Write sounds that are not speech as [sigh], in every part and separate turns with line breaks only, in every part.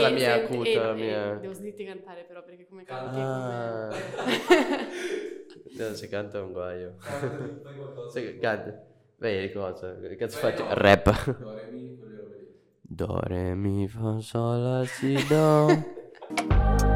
la mia
senti-
acuta,
eh,
la
eh,
mia-
devo smettere di cantare però perché come canti...
Ah.
[laughs] come-
No, se canta è un guaio. [laughs]
Cantati, Ah, fai qualcosa.
Se canta... Beh, cosa? Che cazzo
Fai
faccio?
no.
Rap.
Do, re, mi, quelle robe lì.
Do, re, mi, fa, sol, la, si, do.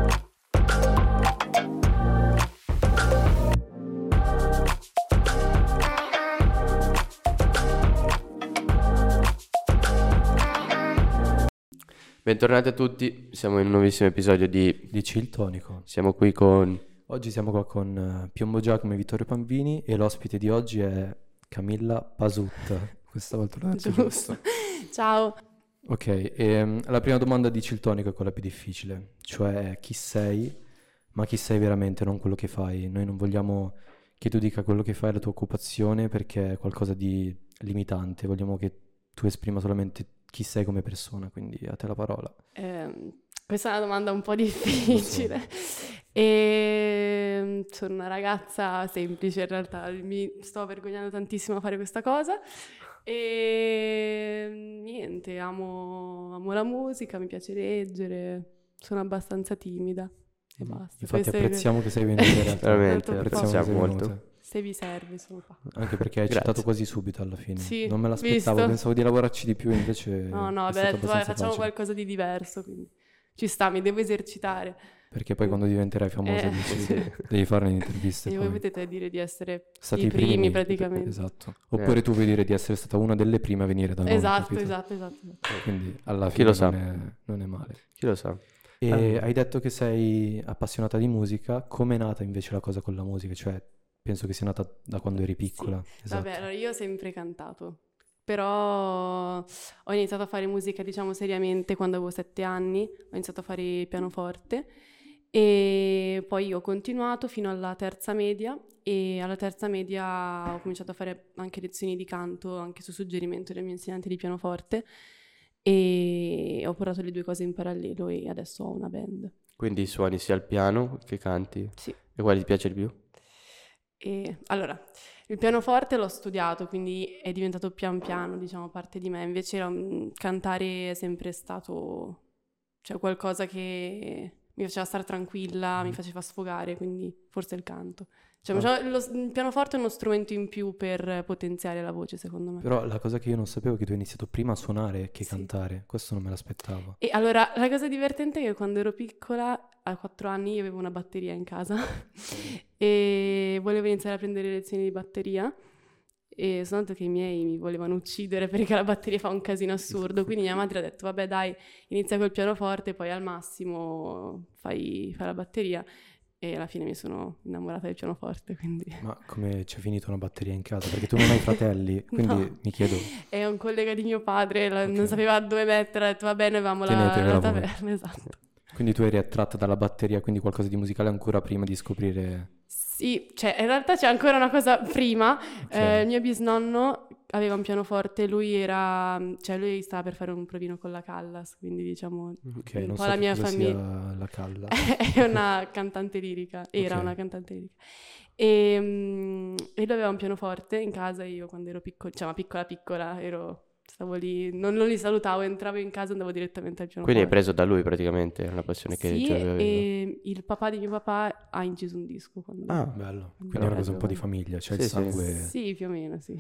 Bentornati a tutti, siamo in un nuovissimo episodio di...
Dici il tonico.
Siamo qui con...
Oggi siamo qua con eh, Piombo Giacomo e Vittorio Pambini e l'ospite di oggi è Camilla Pasut. [laughs] Questa volta l'ho
[laughs]
detto giusto.
Ciao,
Ok, ehm, la prima domanda dici il tonico è quella più difficile, cioè chi sei, ma chi sei veramente, non quello che fai. Noi non vogliamo che tu dica quello che fai, la tua occupazione, perché è qualcosa di limitante, vogliamo che tu esprima solamente chi sei come persona, quindi a te la parola.
Ehm, questa è una domanda un po' difficile. Ehm, sono una ragazza semplice in realtà, mi sto vergognando tantissimo a fare questa cosa. E niente, amo, amo la musica, mi piace leggere, sono abbastanza timida e basta.
Mm, Infatti
Queste-
apprezziamo che sei venuta in realtà.
Veramente,
Molto
Apprezziamo
apprezziamo
che sei
molto.
venuta.
Se vi serve, sono qua.
Anche perché hai
Grazie.
accettato quasi subito alla fine.
Sì,
non me l'aspettavo,
visto.
pensavo di lavorarci di più, invece
No, no, beh, detto,
è stato
"Vabbè,
abbastanza
facciamo
facile.
qualcosa di diverso, quindi ci sta, mi devo esercitare.
Perché poi quando diventerai famosa
Eh.
dici, [laughs] devi fare le interviste.
E
poi.
voi potete dire di essere
Stati
i
i primi,
primi, praticamente.
Esatto.
Eh.
Oppure tu vuoi dire di essere stata una delle prime a venire da noi.
Esatto,
capito?
esatto, esatto.
Quindi alla
Chi
fine
lo sa?
Non, è, non è male.
[laughs] Chi lo sa?
E
Ah.
hai detto che sei appassionata di musica. Com'è nata invece la cosa con la musica? Cioè, penso che sia nata da quando eri piccola. Esatto.
Vabbè, allora io ho sempre cantato, però ho iniziato a fare musica, diciamo, seriamente quando avevo sette anni, ho iniziato a fare pianoforte e poi ho continuato fino alla terza media e alla terza media ho cominciato a fare anche lezioni di canto, anche su suggerimento del mio insegnante di pianoforte e ho portato le due cose in parallelo e adesso ho una band.
Quindi suoni sia il piano che canti?
Sì.
E quale ti piace di più?
E, allora, il pianoforte l'ho studiato, quindi è diventato pian piano, diciamo, parte di me. Invece mm, cantare è sempre stato, cioè, qualcosa che mi faceva stare tranquilla, mi faceva sfogare, quindi forse il canto. Cioè,
Ah.
diciamo, lo- il pianoforte è uno strumento in più per potenziare la voce, secondo me.
Però la cosa che io non sapevo è che tu hai iniziato prima a suonare che
Sì.
cantare. Questo non me l'aspettavo.
E allora, la cosa divertente è che quando ero piccola, a 4 anni, io avevo una batteria in casa [laughs] e volevo iniziare a prendere lezioni di batteria e sono andato che i miei mi volevano uccidere perché la batteria fa un casino assurdo, quindi mia madre ha detto vabbè dai, inizia col pianoforte, poi al massimo fai, fai la batteria e alla fine mi sono innamorata del pianoforte, quindi...
[laughs] Ma come c'è finito una batteria in casa? Perché tu non
[laughs]
hai fratelli, quindi
No.
mi chiedo,
È un collega di mio padre, la- non
Ok.
sapeva dove mettere, ha detto vabbè noi avevamo la, la
Tenetevela voi."
taverna, [laughs] esatto.
quindi tu eri attratta dalla batteria, quindi qualcosa di musicale ancora prima di scoprire...
Sì, cioè in realtà c'è ancora una cosa prima.
Ok.
Eh, il mio bisnonno aveva un pianoforte, lui era, cioè lui stava per fare un provino con la Callas, quindi diciamo
ok,
un
non
po'
so
la
che
mia
cosa
famiglia. [laughs]
sia la calla.
è una cantante lirica, era
Ok.
una cantante lirica. E, mm, e lui aveva un pianoforte in casa io quando ero piccola, cioè ma piccola piccola, ero, stavo lì, non, non li salutavo, entravo in casa e andavo direttamente al pianoforte.
Quindi hai preso da lui praticamente, è una passione che
Sì,
già avevi.
e il papà di mio papà ha inciso un disco quando...
Ah,
Bello, quindi
Bello,
è una cosa un po'
bello.
di famiglia, c'è
Sì,
il
sì.
sangue...
Sì, più o meno, sì.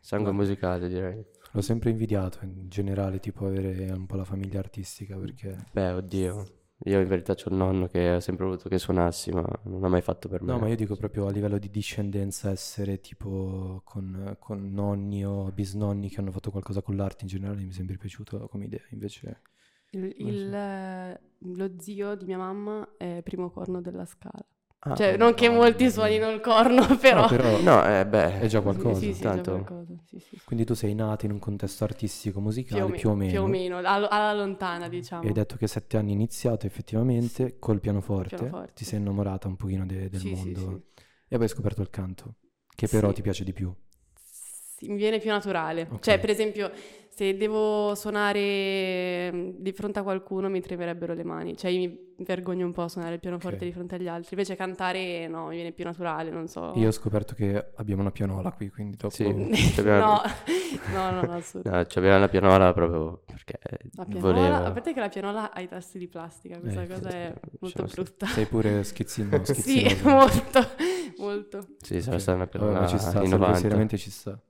sangue
no.
musicale direi.
L'ho sempre invidiato in generale, tipo avere un po' la famiglia artistica, perché...
Beh, oddio. Io in verità ho il nonno che ha sempre voluto che suonassi, ma non ha mai fatto per me.
No, ma io dico proprio a livello di discendenza, essere tipo con, con nonni o bisnonni che hanno fatto qualcosa con l'arte in generale, mi è sempre piaciuto come idea, invece...
Il-
Non so.
il, eh, lo zio di mia mamma è primo corno della scala.
Ah,
cioè, non che
no,
molti
no.
suonino il corno, [laughs] però.
No, però...
No, eh, beh.
È già
Sì,
qualcosa.
Sì, sì,
tanto.
già qualcosa. Sì, sì, sì.
Quindi tu sei nata in un contesto artistico musicale più o meno,
Più o meno, alla, alla lontana, diciamo.
e hai detto che a sette anni hai iniziato effettivamente col pianoforte,
pianoforte.
ti sei innamorata un pochino de- del
Sì, sì,
mondo
sì.
e poi hai scoperto il canto, che però
Sì.
ti piace di più.
Sì, mi viene più naturale.
Ok.
Cioè, per esempio, se devo suonare mm, di fronte a qualcuno mi tremerebbero le mani, cioè io mi vergogno un po' a suonare il pianoforte
Ok.
di fronte agli altri, invece cantare no, mi viene più naturale, non so. [laughs]
Io ho scoperto che abbiamo una pianola qui, quindi dopo...
Sì.
Sì.
Abbiamo-
No, [laughs] no, no, no, assolutamente.
No, c'aveva la pianola proprio perché
La pianola,
voleva.
a parte che la pianola ha i tasti di plastica, questa
Eh,
cosa è
sì,
molto
diciamo sì.
[laughs]
brutta.
[laughs] Sei pure schizzino,
Sì,
schizzinoso.
[laughs] molto, molto.
Sì, sarà
Ok.
stata una
Vabbè,
pianola
ma ci sta,
anni
sarebbe-
90.
seriamente ci sta.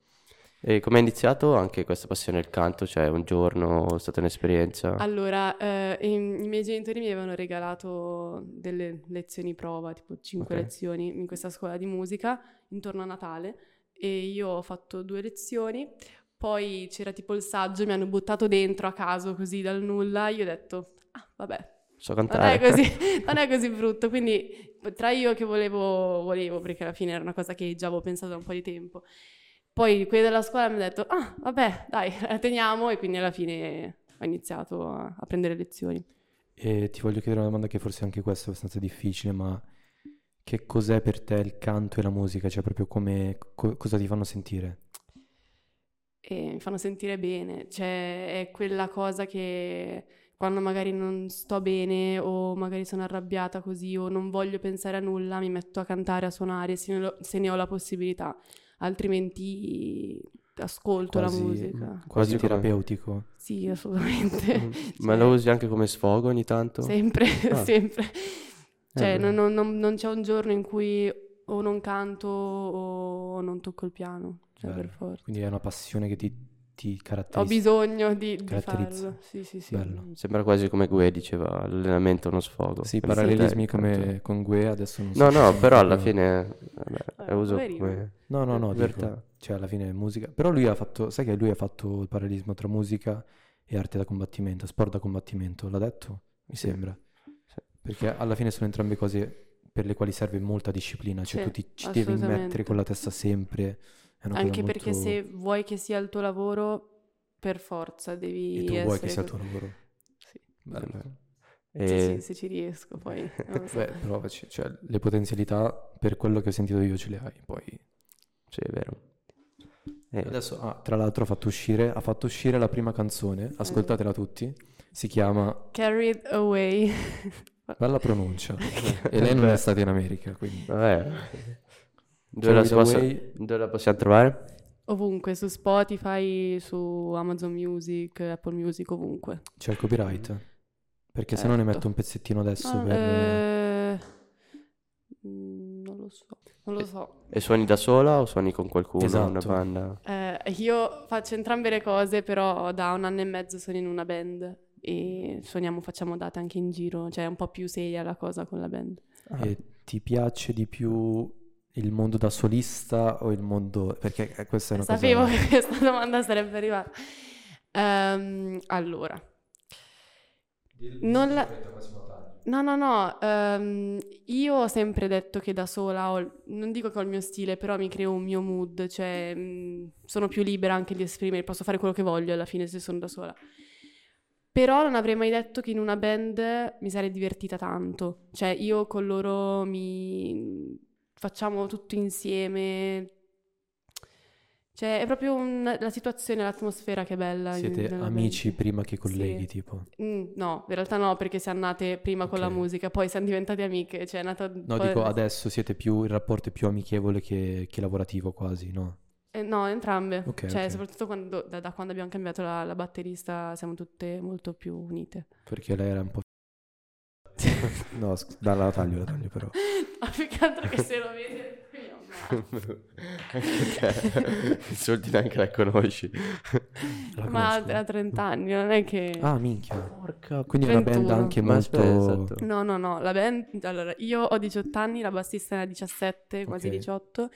E come è iniziato anche questa passione del canto? Cioè, un giorno è stata un'esperienza?
Allora, eh, i, i miei genitori mi avevano regalato delle lezioni prova, tipo 5
Ok.
lezioni in questa scuola di musica intorno a Natale e io ho fatto due lezioni. Poi c'era tipo il saggio, mi hanno buttato dentro a caso così dal nulla. Io ho detto, ah, vabbè,
So
non
cantare.
è così, [laughs] non è così brutto. Quindi tra io che volevo, volevo, perché alla fine era una cosa che già avevo pensato da un po' di tempo. Poi quelli della scuola mi hanno detto, ah, vabbè, dai, [laughs] la teniamo. E quindi alla fine ho iniziato a, a prendere lezioni.
E ti voglio chiedere una domanda che forse anche questa è abbastanza difficile, ma che cos'è per te il canto e la musica? Cioè, proprio come co- cosa ti fanno sentire?
E mi fanno sentire bene. Cioè, è quella cosa che quando magari non sto bene o magari sono arrabbiata così o non voglio pensare a nulla, mi metto a cantare, a suonare, se ne, ho- se ne ho la possibilità. Altrimenti ascolto
Quasi-
la musica.
Quasi
Quasi
come-
terapeutico.
Sì, assolutamente.
Mm.
[laughs]
Ma
Cioè,
lo usi anche come sfogo ogni tanto?
Sempre,
Ah.
sempre.
Eh,
Cioè,
beh.
non, non- non- non c'è un giorno in cui o non canto o non tocco il piano, cioè
Bello.
per forza.
Quindi è una passione che ti, ti
Ho
caratterizza.
bisogno di, di
caratterizza.
farlo. Sì, sì, Mm, sì.
Bello.
Sembra quasi come Gue diceva, l'allenamento è uno sfogo.
Sì,
Per
parallelismi
te, il canto.
come con Gue adesso non so
No,
se
no,
sono
però alla
proprio-
fine... vabbè,
Cioè,
Vabbè,
la uso
Ah, eh, poverino.
come...
No, no, no,
Libertà.
dico, cioè alla fine è musica. Però lui ha fatto, sai che lui ha fatto il parallelismo tra musica e arte da combattimento, sport da combattimento, l'ha detto? Mi
Sì.
sembra.
Sì.
Perché alla fine sono entrambe cose per le quali serve molta disciplina, cioè
Sì,
tu ti ci devi mettere
assolutamente.
con la testa sempre. È una cosa
Anche perché
molto-
se vuoi che sia il tuo lavoro, per forza devi
E tu vuoi che
essere
sia il
così.
tuo lavoro.
Sì.
Bello.
E...
Sì, sì, se ci riesco, poi non
[laughs]
lo so.
Beh, provaci, cioè le potenzialità per quello che ho sentito io ce le hai, poi...
sì, è vero. Eh, E [laughs]
Adesso, ah, tra l'altro, ha fatto uscire, ha fatto uscire la prima
Eh.
canzone, ascoltatela tutti, si chiama
Carried away. [laughs]
Bella pronuncia. e lei non è stata in America, quindi...
Vabbè. Dove
[laughs] Carried
la, si possa-
Away.
dove la possiamo trovare?
Ovunque, su Spotify, su Amazon Music, Apple Music, ovunque.
C'è il copyright? Perché se no ne
Certo.
metto un pezzettino adesso
Ah,
per...
eh, mm, non lo so, non lo so.
E suoni da sola o suoni con qualcuno,
Esatto.
una banda?
[laughs] Eh, io faccio entrambe le cose, però da un anno e mezzo sono in una band e suoniamo, facciamo date anche in giro, cioè è un po' più seria la cosa con la band.
E eh, ti piace di più il mondo da solista o il mondo... Perché eh, questa è una
Sapevo
cosa...
che [laughs] questa domanda sarebbe arrivata. Ehm, allora, non la... No, no, no, ehm, io ho sempre detto che da sola, ho il- non dico che ho il mio stile, però mi creo un mio mood, cioè mh, sono più libera anche di esprimere, posso fare quello che voglio alla fine se sono da sola. Però non avrei mai detto che in una band mi sarei divertita tanto, cioè io con loro mi facciamo tutto insieme, cioè è proprio un- la situazione, l'atmosfera che è bella. in-
Siete
nella band.
amici prima che
Sì.
colleghi, tipo.
Mm, No, in realtà no, perché siamo nate prima con la
Ok.
musica, poi siamo diventate amiche, cioè è nata...
No,
poi-
dico adesso siete più... Il rapporto è più amichevole che, che lavorativo quasi, no?
Eh, no, entrambe,
Ok,
cioè
ok.
soprattutto quando- da, da quando abbiamo cambiato la, la batterista siamo tutte molto più unite.
Perché lei era un po'... No, sc- no, [laughs] la taglio, la taglio però.
Ma più che altro che se lo vede... mio Dio.
Insulti neanche la conosci.
La
Ma eh,
conosco.
ha 30 anni, non è che...
Ah, minchia.
Porca...
Quindi è una band
31.
anche
Ma
molto...
aspetta, esatto.
No, no, no, la band... Allora, io ho 18 anni, la bassista ne ha 17, quasi
Ok.
18,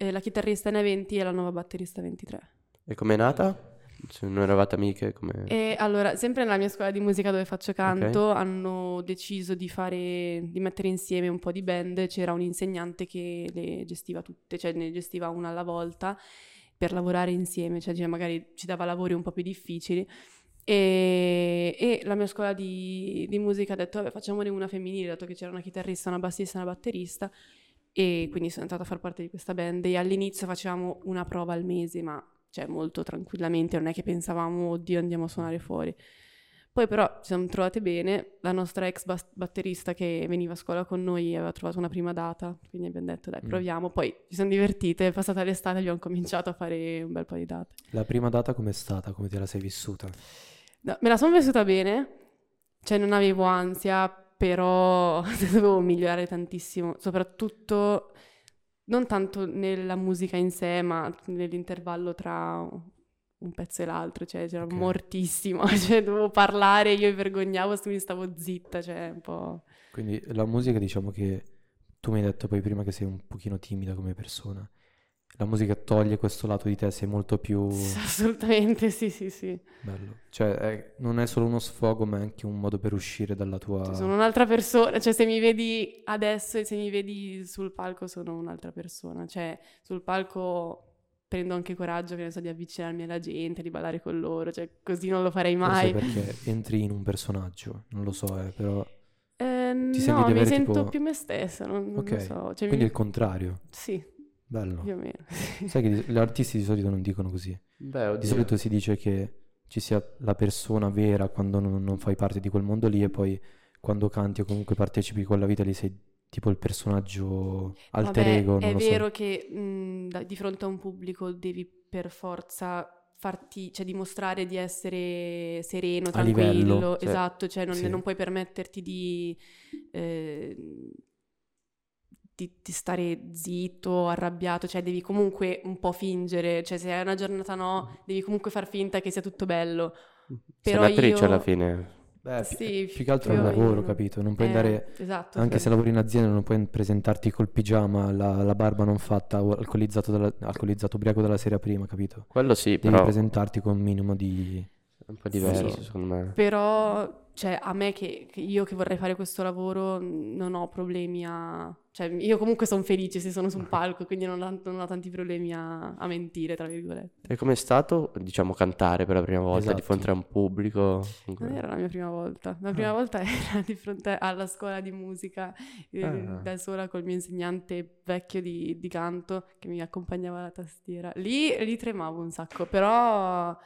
eh, la chitarrista ne ha 20 e la nuova batterista 23.
E com'è nata? Se non eravate amiche, come...
Eh.
E allora, sempre nella mia scuola di musica dove faccio canto, hanno deciso di fare, di mettere insieme un po' di band. C'era un insegnante che le gestiva tutte, cioè ne gestiva una alla volta per lavorare insieme, cioè diceva, magari ci dava lavori un po' più difficili. E, e la mia scuola di, di musica ha detto, vabbè, facciamone una femminile, dato che c'era una chitarrista, una bassista, una batterista. E quindi sono entrata a far parte di questa band e all'inizio facevamo una prova al mese, ma cioè, cioè molto tranquillamente, non è che pensavamo, oddio, andiamo a suonare fuori. Poi però ci siamo trovate bene, la nostra ex bas- batterista che veniva a scuola con noi aveva trovato una prima data, quindi abbiamo detto dai
Mm.
proviamo, poi ci siamo divertite, è passata l'estate abbiamo cominciato a fare un bel po' di date.
La prima data com'è stata? Come te la sei vissuta?
No, me la sono vissuta bene, cioè non avevo ansia, però [laughs] dovevo migliorare tantissimo, soprattutto non tanto nella musica in sé, ma nell'intervallo tra un pezzo e l'altro, cioè c'era
Ok.
mortissima, [laughs] cioè dovevo parlare, io mi vergognavo, quindi stavo zitta, cioè un po'...
Quindi la musica, diciamo che tu mi hai detto poi prima che sei un pochino timida come persona. La musica toglie questo lato di te, sei molto più
Assolutamente, sì, sì, sì.
bello. Cioè, è- non è solo uno sfogo, ma è anche un modo per uscire dalla tua...
Cioè, sono un'altra persona, cioè se mi vedi adesso e se mi vedi sul palco sono un'altra persona, cioè sul palco prendo anche coraggio, che ne so, di avvicinarmi alla gente, di ballare con loro, cioè così non lo farei
Forse
mai.
perché entri in un personaggio, non lo so, eh, però...
Eh,
Ti senti
no,
di
mi
avere
sento
tipo-
più me stessa, non, non
Ok,
lo so. Cioè, mi-
Quindi è il contrario,
Sì,
bello.
più o meno.
Sai che di- gli artisti di solito non dicono così.
Beh,
Di solito si dice che ci sia la persona vera quando non, non fai parte di quel mondo lì e poi quando canti o comunque partecipi con la vita lì sei tipo il personaggio alter
Vabbè,
ego, non
è
lo so.
vero che mh, da- di fronte a un pubblico devi per forza farti, cioè dimostrare di essere sereno,
A livello,
tranquillo,
cioè,
esatto, cioè non,
sì.
non puoi permetterti di, eh, di, di stare zitto, arrabbiato, cioè devi comunque un po' fingere, cioè se hai una giornata
Mm.
no, devi comunque far finta che sia tutto bello.
Sei
però
un'attrice
io-
alla fine.
Beh, pi-
Sì,
più che altro è
più
un
o
lavoro,
meno.
capito? Non puoi
Eh,
andare,
esatto,
anche
sì.
se lavori in azienda, non puoi presentarti col pigiama, la, la barba non fatta o alcolizzato, dalla- alcolizzato ubriaco dalla sera prima, capito?
Quello sì,
Devi
però è
presentarti con un minimo di...
un po' diverso
Sì.
secondo me.
Però, cioè, a me che, che io che vorrei fare questo lavoro mh, non ho problemi a... Cioè, io comunque sono felice se sono su un palco, quindi non ho, non ho tanti problemi a, a mentire, tra virgolette.
E com'è stato, diciamo, cantare per la prima volta di
Esatto.
fronte a un pubblico?
Non era la mia prima volta. La prima
Ah.
volta [laughs] era di fronte alla scuola di musica, eh,
Ah.
da sola col mio insegnante vecchio di, di canto che mi accompagnava alla tastiera. Lì, lì tremavo un sacco, però,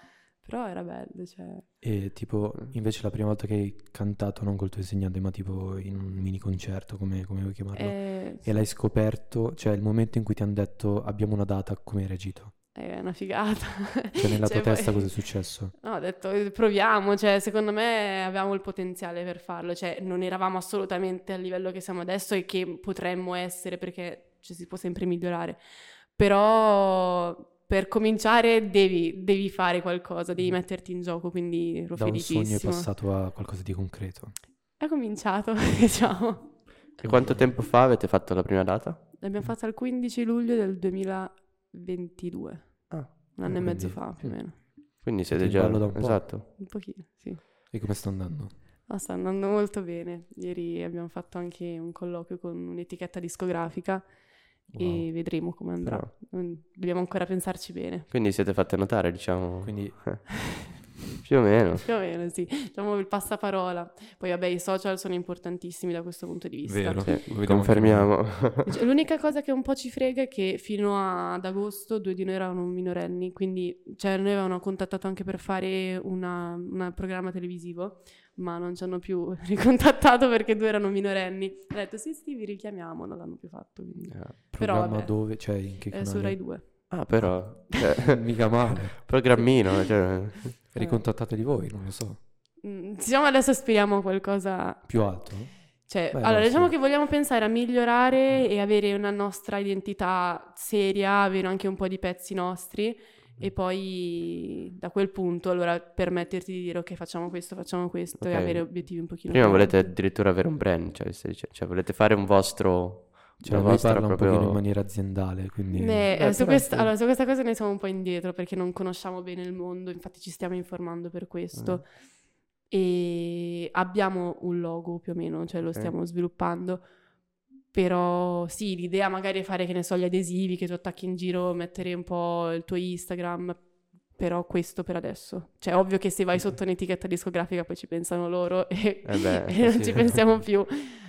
però era bello, cioè...
E tipo,
Mm.
invece la prima volta che hai cantato, non col tuo insegnante, ma tipo in un mini concerto, come, come vuoi chiamarlo?
Eh,
E l'hai scoperto, cioè il momento in cui ti hanno detto abbiamo una data, come hai reagito?
eh, È una figata. [laughs]
Cioè nella tua
poi-
testa cosa è successo?
[laughs] No, ho detto eh, proviamo, cioè secondo me avevamo il potenziale per farlo, cioè non eravamo assolutamente al livello che siamo adesso e che potremmo essere perché ci si può sempre migliorare, però per cominciare devi, devi fare qualcosa, devi metterti in gioco, quindi ero
Mm. Da un sogno è
felicissima.
passato a qualcosa di concreto.
È cominciato, [laughs] diciamo.
E quanto tempo fa avete fatto la prima data?
L'abbiamo fatta il 15 luglio del 2022,
Ah,
un anno e
quindi-
mezzo fa più o
mm.
meno,
Quindi siete
in
già...
ballo da un po'.
Esatto.
un pochino, sì.
E come sta andando?
No, Ah, sta andando molto bene. Ieri abbiamo fatto anche un colloquio con un'etichetta discografica
Wow.
e vedremo come andrà.
Però-
Mm, Dobbiamo ancora pensarci bene.
Quindi siete fatte notare, diciamo.
Quindi
Più o meno.
Più o meno, sì. Diciamo il passaparola. Poi, vabbè, i social sono importantissimi da questo punto di vista.
Sì,
Lo vediamo anche
confermiamo.
Cioè, l'unica cosa che un po' ci frega è che fino a- ad agosto due di noi erano minorenni, quindi cioè, noi avevano contattato anche per fare una- un programma televisivo, ma non ci hanno più [laughs] ricontattato perché due erano minorenni. Ho detto sì sì, vi richiamiamo, non l'hanno più fatto, quindi. Però,
Programma
vabbè.
dove? Cioè in che
Eh,
canale?
su Rai 2.
[laughs] Ah, però... cioè,
[laughs] Mica male.
programmino, cioè...
Eh.
Ricontattateli voi, non lo so.
Mm, Diciamo adesso speriamo qualcosa
Più alto?
Cioè,
Beh,
allora,
no,
diciamo
sì.
che vogliamo pensare a migliorare e avere una nostra identità seria, avere anche un po' di pezzi nostri e poi da quel punto allora permetterti di dire ok facciamo questo, facciamo questo e
Ok.
avere obiettivi un pochino
Prima
più
volete
alti.
addirittura avere un brand, cioè, stai dicendo- cioè, volete fare un vostro...
Cioè
una
voi
vostra
parla un
proprio...
pochino in maniera aziendale, quindi...
Beh, eh,
però
su questa,
sì.
allora, su questa cosa noi siamo un po' indietro perché non conosciamo bene il mondo, infatti ci stiamo informando per questo. E abbiamo un logo più o meno, cioè lo
Ok.
stiamo sviluppando. Però sì, l'idea magari è fare, che ne so, gli adesivi che tu attacchi in giro, mettere un po' il tuo Instagram, però questo per adesso. Cioè, ovvio che se vai sotto un'etichetta discografica poi ci pensano loro e,
Eh beh,
[laughs]
[laughs]
e non
sì.
ci pensiamo più.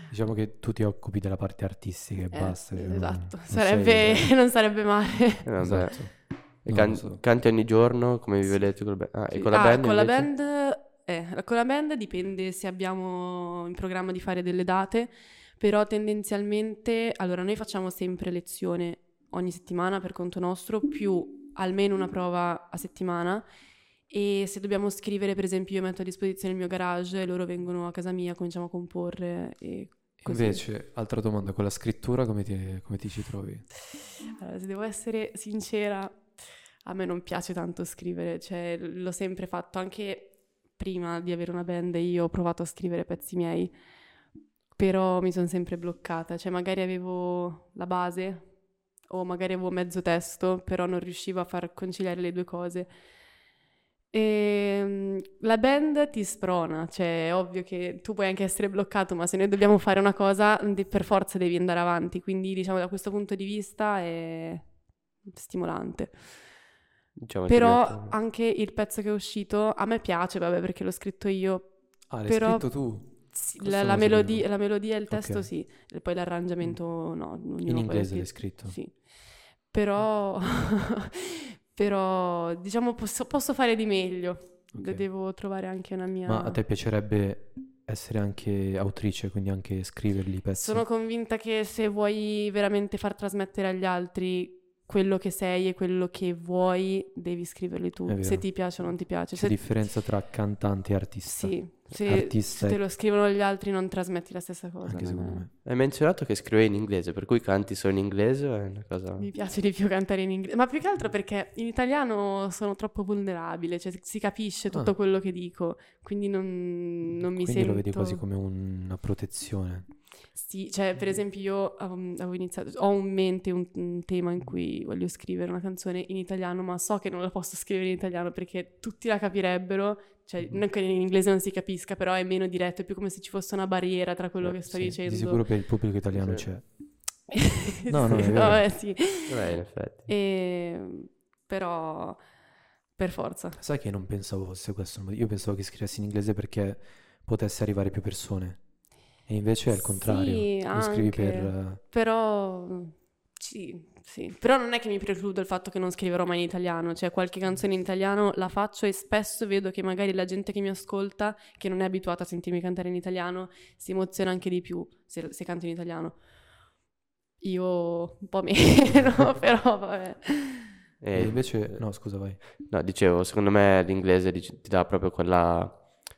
Diciamo che tu ti occupi della parte artistica e
Eh,
basta. cioè, non-
esatto,
non sei-
sarebbe, non sarebbe male.
Eh, vabbè.
Esatto.
E
Non
can-
lo so.
canti ogni giorno come vi vedete con la band? Ah, e
Sì.
con la
Ah,
band
con la
invece?
band, eh, con la band dipende se abbiamo in programma di fare delle date, però tendenzialmente, allora noi facciamo sempre lezione ogni settimana per conto nostro, più almeno una prova a settimana e se dobbiamo scrivere, per esempio, io metto a disposizione il mio garage e loro vengono a casa mia, cominciamo a comporre e [laughs] così.
Invece, altra domanda, con la scrittura come ti, come ti ci trovi?
Allora, se devo essere sincera, a me non piace tanto scrivere, cioè l'ho sempre fatto anche prima di avere una band, io ho provato a scrivere pezzi miei, però mi sono sempre bloccata, cioè magari avevo la base o magari avevo mezzo testo, però non riuscivo a far conciliare le due cose. Ehm, la band ti sprona, cioè è ovvio che tu puoi anche essere bloccato, ma se noi dobbiamo fare una cosa, de- per forza devi andare avanti, quindi diciamo da questo punto di vista è stimolante.
Diciamo che ti
Però
mette-
anche il pezzo che è uscito a me piace, vabbè, perché l'ho scritto io.
Ah, l'hai
Però-
scritto tu?
Sì,
Questo
La,
non
la
lo sapevo.
melodia, la melodia e il testo
Ok. Mm.
sì, e poi l'arrangiamento no, ognuno poi
In
lo
inglese
scrive.
l'hai scritto? Ah.
Sì. Però, [laughs] però diciamo posso, posso fare di meglio.
Ok.
Devo trovare anche una mia...
Ma a te piacerebbe essere anche autrice, quindi anche scriverli i pezzi?
Sono convinta che se vuoi veramente far trasmettere agli altri quello che sei e quello che vuoi, devi scriverli tu,
È vero.
se ti piace o non ti piace.
C'è
Se-
differenza tra cantante e artista?
sì, se, se
Artista
te
e-
lo scrivono gli altri non trasmetti la stessa cosa.
anche
non
secondo
è-
me.
Hai menzionato che scrive in inglese, per cui canti solo in inglese o è una cosa...
Mi piace di più cantare in inglese, ma più che altro perché in italiano sono troppo vulnerabile, cioè si capisce tutto
Ah.
quello che dico, quindi non, non mi
Quindi
sento...
lo vedi quasi come una protezione.
Sì, cioè per esempio io um, avevo iniziato, ho in mente un, un tema in cui voglio scrivere una canzone in italiano, ma so che non la posso scrivere in italiano perché tutti la capirebbero, cioè
Mm-hmm.
non che in inglese non si capisca, però è meno diretto, è più come se ci fosse una barriera tra quello
Eh,
che sto
sì,
dicendo.
Di sicuro per il pubblico italiano
Sì.
c'è.
[laughs] Sì,
No, no, è vero.
vabbè, sì.
Vabbè, in effetti.
E, però per forza.
Sai che non pensavo fosse questo il motivo? Io pensavo che scrivessi in inglese perché potesse arrivare più persone. E invece è il contrario.
Sì,
Lo scrivi
anche.
per... eh,
Però sì, sì. Però non è che mi precludo il fatto che non scriverò mai in italiano, cioè qualche canzone in italiano la faccio e spesso vedo che magari la gente che mi ascolta, che non è abituata a sentirmi cantare in italiano, si emoziona anche di più se, se canto in italiano. Io un po' meno, [laughs] però vabbè.
E-
eh, E invece... No, scusa, vai.
No, dicevo, secondo me l'inglese dic- ti dà proprio quella,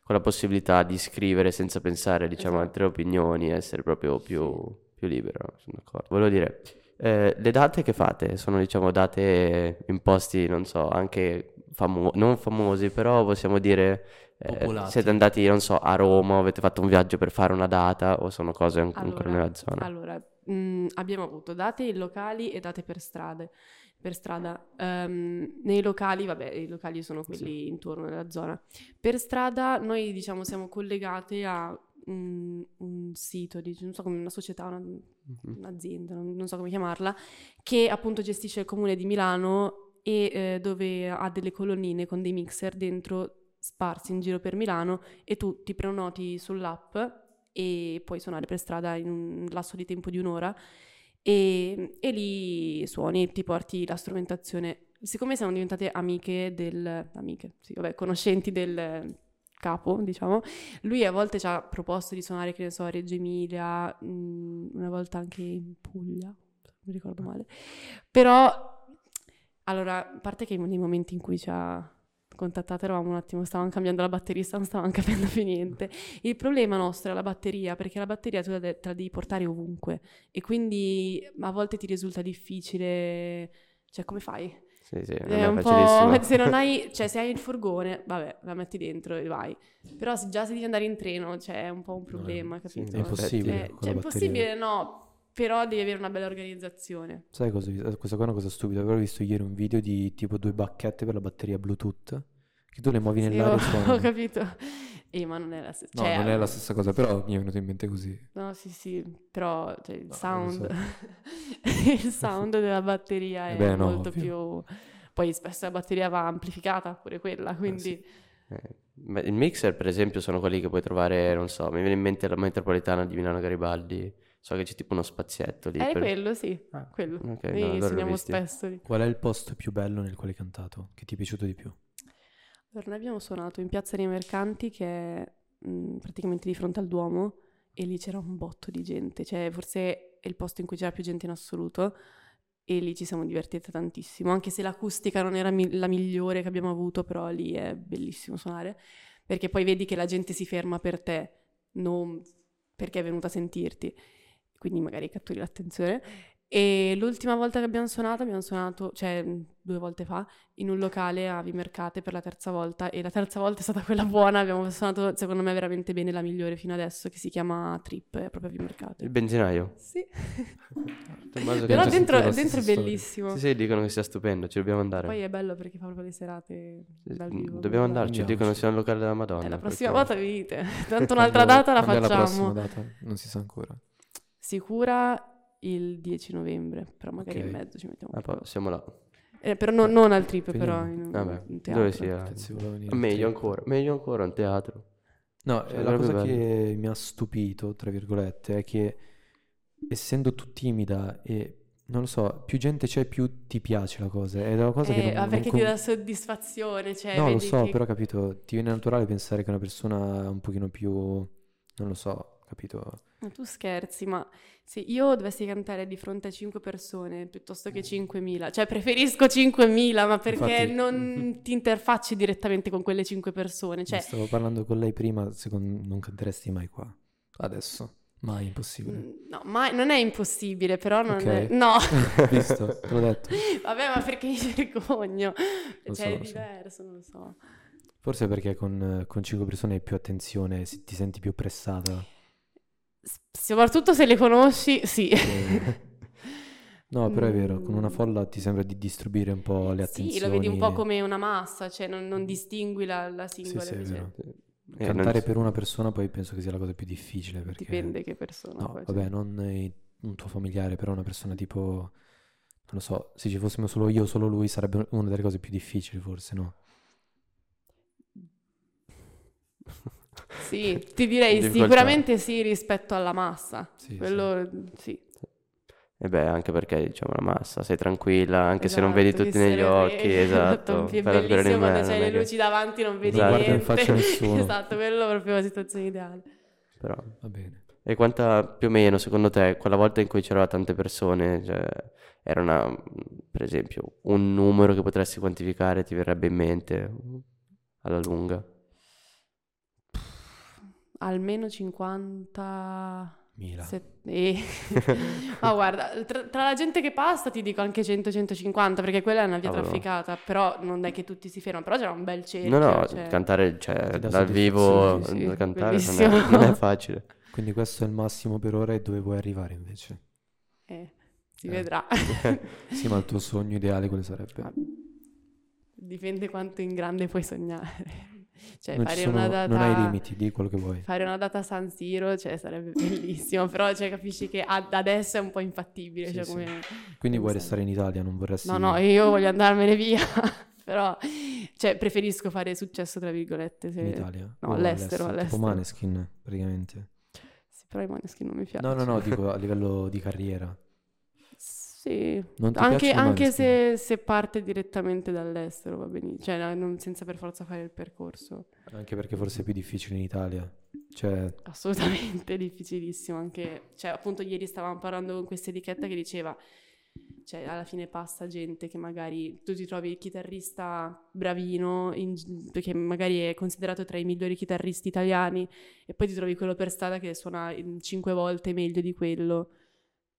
quella possibilità di scrivere senza pensare, diciamo, a
Esatto.
altre opinioni, essere proprio più, più libero, sono d'accordo. Volevo dire, eh, le date che fate sono, diciamo, date in posti, non so, anche famo- non famosi, però possiamo dire, eh,
Popolati.
siete andati, non so, a Roma, avete fatto un viaggio per fare una data o sono cose an- ancora
Allora,
nella zona?
Allora, mh, abbiamo avuto date in locali e date per strade. Per strada, Ehm, nei locali, vabbè, i locali sono quelli intorno alla zona. Per strada, noi diciamo siamo collegate a mh, un sito, di, non so come una società, una-
Mhm.
un'azienda, non, non so come chiamarla, che appunto gestisce il comune di Milano e eh, dove ha delle colonnine con dei mixer dentro sparsi in giro per Milano e tu ti prenoti sull'app e puoi suonare per strada in un lasso di tempo di un'ora e, e lì suoni e ti porti la strumentazione. Siccome siamo diventate amiche del... amiche, sì, vabbè, conoscenti del capo, diciamo, lui a volte ci ha proposto di suonare, che ne so, a Reggio Emilia, mh, una volta anche in Puglia, se non mi ricordo male. Però, allora, a parte che nei momenti in cui ci ha contattato eravamo un attimo, stavamo cambiando la batterista, non stavamo [laughs] capendo più niente. Il problema nostro è la batteria, perché la batteria tu la, de- te la devi portare ovunque e quindi a volte ti risulta difficile, cioè come fai?
Sì, sì, Eh, non
È
è
un
facilissimo.
po' [laughs] se non hai, cioè se hai il furgone, vabbè, la metti dentro e vai. Però se già se devi andare in treno, cioè è un po' un problema,
sì,
capito?
È impossibile.
Eh, cioè,
con la
è
batteria.
impossibile, no, però devi avere una bella organizzazione.
Sai cosa? ho visto? Questa qua è una cosa stupida. Avevo visto ieri un video di tipo due bacchette per la batteria Bluetooth che tu le muovi
Sì,
nell'aria
[laughs] ho,
e
ho
suonano.
capito. Eh, ma non è la stessa
No, non è la stessa cosa, però mi è venuto in mente così.
No, sì, sì, però cioè, il
No, non lo so.
sound, [laughs] il sound della batteria è
Eh beh, no,
molto più... Poi spesso la batteria va amplificata pure quella, quindi...
Eh, ma Il mixer, per esempio, sono quelli che puoi trovare, non so, mi viene in mente la metropolitana di Milano Garibaldi. So che c'è tipo uno spazietto lì.
Era
per-
quello, sì,
Ah,
quello.
ok, no,
Noi
allora l'ho
suoniamo
visti.
spesso lì.
Qual è il posto più bello nel quale hai cantato? Che ti è piaciuto di più?
Allora, noi abbiamo suonato in Piazza dei Mercanti, che è mh, praticamente di fronte al Duomo, e lì c'era un botto di gente, cioè forse è il posto in cui c'era più gente in assoluto, e lì ci siamo divertite tantissimo, anche se l'acustica non era mi- la migliore che abbiamo avuto, però lì è bellissimo suonare, perché poi vedi che la gente si ferma per te, non perché è venuta a sentirti, quindi magari catturi l'attenzione. E l'ultima volta che abbiamo suonato, abbiamo suonato, cioè mh, due volte fa, in un locale a Vimercate per la terza volta e la terza volta è stata quella buona, abbiamo suonato secondo me veramente bene la migliore fino adesso che si chiama Trip, è proprio a Vimercate.
Il benzinaio.
Sì,
Tommaso
però dentro,
che-
penso sentivo
dentro
la
è
stessa storia.
bellissimo.
Sì, sì, dicono che sia stupendo, ci dobbiamo andare.
Poi è bello perché fa proprio le serate dal
Mm,
vivo.
Dobbiamo
bello.
andarci,
Andiamoci.
dicono sia un locale della
Eh,
Madonna.
la prossima
perché-
volta venite, [laughs] tanto un'altra data la
Quando è
facciamo.
la prossima data? Non si sa ancora.
Sicura il 10 novembre, però magari
Ok.
in mezzo ci mettiamo.
Ah,
un po'.
poi siamo là.
Eh, però no- non al Trip,
Vediamo.
però in un,
Vabbè,
un teatro.
dove
Ah,
sia?
Cazzo, volevo venire.
Meglio ancora, meglio ancora un teatro.
No,
Cioè,
la
proprio
cosa
bello.
che mi ha stupito, tra virgolette, è che essendo tu timida e non lo so, più gente c'è, più ti piace la cosa. È una cosa che
Eh,
non,
ah,
non
perché
com-
ti dà soddisfazione, cioè
No, lo
vedi
so,
che-
però capito, ti viene naturale pensare che una persona un pochino più, non lo so, capito?
Ma tu scherzi, ma se io dovessi cantare di fronte a 5 persone piuttosto che 5.000, cioè preferisco 5.000, ma perché
Mm. Infatti- mm.
non ti interfacci direttamente con quelle 5 persone?
Ne
Cioè,
Stavo parlando con lei prima, secondo me non canteresti mai qua. Adesso. Mai, impossibile.
mh, no, ma non è impossibile, però non è...
Ok.
No, [laughs]
[laughs] Visto? Te l'ho detto.
vabbè, ma perché mi vergogno? Cioè,
Lo so,
è
lo so.
diverso, non lo so.
Forse perché con, eh, con cinque persone hai più attenzione, si- ti senti più pressata.
[laughs] S- soprattutto se le conosci, sì.
No, però è vero, con una
Mm.
folla ti sembra di distribuire un po' le attenzioni.
[laughs] Sì, lo vedi un po' come cioè. una massa, cioè non, non distingui la, la
Sì,
singola.
sì, è
invece
vero.
Eh, non
Cantare
so.
per una persona poi penso che sia la cosa più difficile perché...
Dipende che persona.
No,
poi, cioè.
vabbè, non eh, un tuo familiare, però una persona tipo... Non lo so, se ci fossimo solo io o solo lui sarebbe una delle cose più difficili forse, no?
Sì, ti direi
Difficoltà.
sicuramente sì rispetto alla massa.
Sì,
Quello sì.
E eh beh, anche perché diciamo la massa, sei tranquilla, anche se non
Esatto,
vedi tutti
che
negli
stereo-
occhi, esatto.
[laughs] È
fai la figura di
bellissimo quando c'hai
merda, non
le
è che-
luci davanti, non vedi
Esatto. Non
niente.
guarda in
faccia nessuno.
[laughs] Esatto, quello è proprio la situazione ideale.
però-
Va bene.
E quanta più o meno, secondo te, quella volta in cui c'erano tante persone, cioè, era una, per esempio, un numero che potresti quantificare, ti verrebbe in mente alla lunga?
Almeno 50
Mila.
set-
[laughs]
eh. Ma guarda, tra, tra la gente che passa ti dico anche 100-150 perché quella è una
Ah,
via
Cavolo.
trafficata, però non è che tutti si fermano, però c'era un bel
No,
cerchio.
no,
cioè-
cantare, cioè,
Ti dà
dal vivo,
soddisfazione, sì, sì,
cantare non è,
bellissimo.
[laughs] non è facile.
Quindi questo è il massimo per ora e dove vuoi arrivare invece?
eh, si
Eh.
vedrà. [laughs]
Sì, ma il tuo sogno ideale quale sarebbe?
Ma- Dipende quanto in grande puoi sognare. Cioè,
non, ci
fare
sono-
una data.
non hai limiti, di quello che vuoi.
Fare una data a San Siro, cioè, sarebbe bellissimo. Però, cioè, capisci che ad adesso è un po' infattibile.
Sì,
cioè,
sì.
come-
Quindi
Pensavo.
vuoi restare in Italia, non vorresti...
No, no, io voglio andarmene via. [laughs] però, cioè, preferisco fare successo, tra virgolette. se-
In Italia?
No,
O
all'estero, all'estero.
Tipo Maneskin, praticamente.
Sì, però i Maneskin non mi piace.
No, no, no, dico a livello di carriera.
Sì.
Non ti
Anche,
piacciono i
anche
Maneskin?
se, se parte direttamente dall'estero, va benissimo. Cioè, no, non- senza per forza fare il percorso.
Anche perché forse è più difficile in Italia. Cioè,
Assolutamente [laughs] difficilissimo, anche, cioè appunto ieri stavamo parlando con questa etichetta che diceva, cioè alla fine passa gente che magari tu ti trovi il chitarrista bravino, in- che magari è considerato tra i migliori chitarristi italiani, e poi ti trovi quello per strada che suona in cinque volte meglio di quello.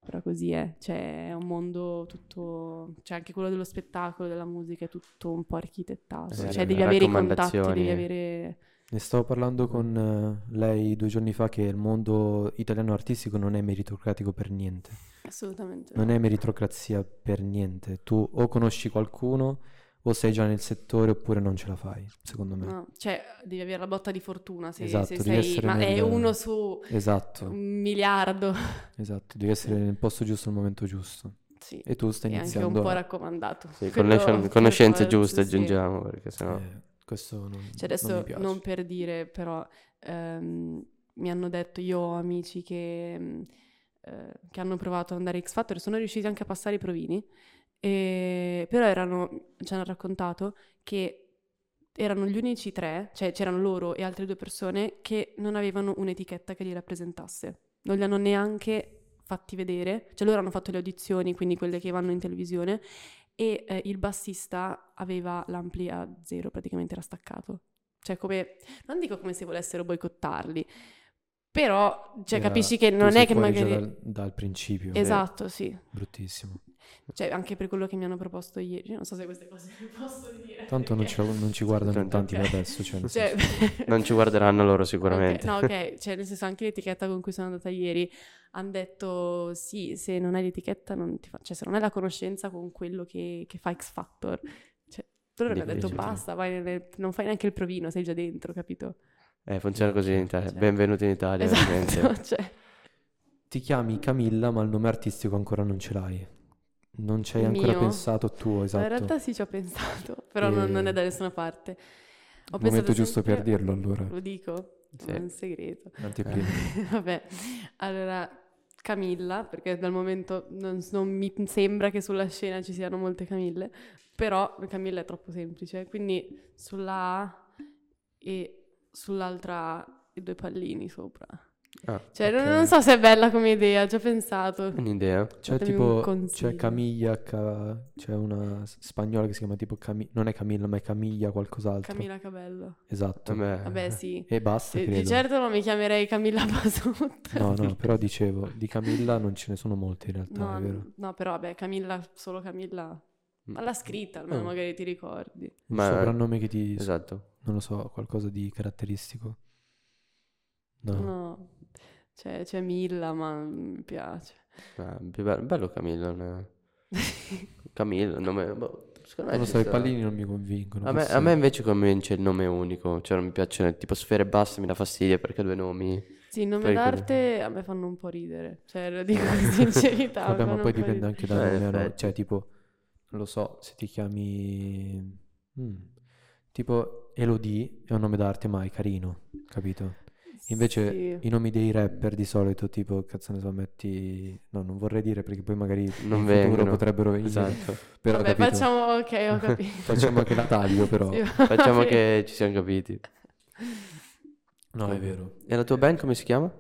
Però così è, cioè è un mondo tutto, cioè anche quello dello spettacolo, della musica, è tutto un po' architettato,
Sì,
cioè
le
devi avere i contatti,
raccomandazioni.
devi avere...
ne stavo parlando con eh, lei due giorni fa che il mondo italiano artistico non è meritocratico per niente.
Assolutamente.
Non è meritocrazia per niente. Tu o conosci qualcuno o sei già nel settore oppure non ce la fai, secondo me.
No, cioè, devi avere la botta di fortuna se,
Esatto,
se
devi
sei...
essere
Ma è
nel-
uno su
Esatto,
un miliardo. [laughs]
esatto. Devi essere nel posto giusto al momento giusto.
Sì,
E tu stai
è anche un
iniziando...
po'
a-
raccomandato.
Sì,
Quello
connection-
per
conoscenze
forza,
giuste
sì.
aggiungiamo, perché sennò...
eh, questo non,
Cioè,
non
adesso
mi piace.
non per dire, però ehm, mi hanno detto, io ho amici che... mm, eh, che hanno provato ad andare a X Factor sono riusciti anche a passare i provini, e- però erano, ci hanno raccontato che erano gli unici tre, cioè c'erano loro e altre due persone che non avevano un'etichetta che li rappresentasse. Non li hanno neanche fatti vedere, cioè loro hanno fatto le audizioni, quindi quelle che vanno in televisione, e eh, il bassista aveva l'ampli a zero, praticamente era staccato. Cioè come, non dico come se volessero boicottarli, però cioè,
Era-
capisci che
tu
non
sei
è che
fuori già
magari...
dal, dal principio,
Esatto, sì.
bruttissimo.
Cioè, anche per quello che mi hanno proposto ieri, non so se queste cose [laughs] le posso dire.
Tanto non ci,
perché-
non ci guardano in tanti
Ok.
da adesso, cioè, nel
Cioè,
senso-
[laughs]
Non ci guarderanno loro
Ok,
sicuramente.
no,
[laughs]
ok, cioè nel senso anche l'etichetta con cui sono andata ieri hanno detto sì, se non hai l'etichetta non ti fa, cioè se non hai la conoscenza con quello che, che fa X Factor, cioè loro mi
Dico,
hanno detto
sì, sì.
basta, vai nelle- non fai neanche il provino, sei già dentro, capito?
Eh, funziona così in Italia.
Cioè.
Benvenuti in
Eh,
Italia, veramente.
esatto, [laughs] cioè
ti chiami Camilla, ma il nome artistico ancora non ce l'hai. Non ci hai
Il
ancora
mio?
pensato tu, esatto.
in realtà sì ci ho pensato, [laughs] però non,
Eh,
non è da nessuna parte. Ho
Momento
pensato
giusto per
sempre-
dirlo allora.
Lo dico,
Sì.
non è un segreto.
Anteprima.
Eh,
[laughs] Vabbè, allora Camilla, perché dal momento non, non mi sembra che sulla scena ci siano molte Camille, però Camilla è troppo semplice, quindi sulla A e sull'altra A e due pallini sopra.
Ah,
Cioè, non-
ok.
non so se è bella come idea, ci ho pensato.
[laughs] Un'idea.
C'è
Datemi un
tipo, c'è
consiglio.
Camilla, Ca- c'è una s- spagnola che si chiama tipo Camilla, non è Camilla, ma è Camilla qualcos'altro.
Camilla Cabello.
Esatto.
Vabbè.
Vabbè, sì.
E basta,
Eh,
credo.
Di certo non mi chiamerei Camilla Basotto. [laughs]
No, no, però dicevo, di Camilla non ce ne sono molte in realtà,
No,
è vero.
no, però vabbè, Camilla, solo Camilla. Ma la scritta, almeno
Oh.
magari ti ricordi.
Un
Ma-
soprannome che ti,
Esatto.
non lo so, qualcosa di caratteristico. No.
No, cioè, c'è Milla, ma non mi piace.
Ah, più bello, bello Camillo.
[laughs]
no? Camillo, il nome... boh, secondo me
Non lo
ci
so, i
sta.
pallini non mi convincono.
A me, a
forse-
me invece convince il nome unico, cioè non mi piacciono, tipo sfere basta mi dà fastidio perché due nomi.
Sì, il nome
Poi quello-
d'arte a me fanno un po' ridere, cioè lo dico
[laughs]
con sincerità. mi
Vabbè, ma
fanno
poi
un po'
dipende
ridere.
anche
Eh,
da
in
nome, no?
effetti.
Cioè, tipo, non lo so, se ti chiami... mm, tipo, Elodie è un nome d'arte, ma è carino, capito? Invece
Sì.
i nomi dei rapper di solito, tipo, cazzo ne so, metti... No, non vorrei dire perché poi magari in
Non
futuro
vengono.
potrebbero venire. [laughs]
Esatto.
Però,
Vabbè,
capito?
facciamo, ok,
[laughs]
ho capito.
Facciamo che la taglio,
[laughs]
però.
Sì,
Facciamo
vabbè.
che ci siamo capiti.
No, è vero.
E la tua band come si chiama?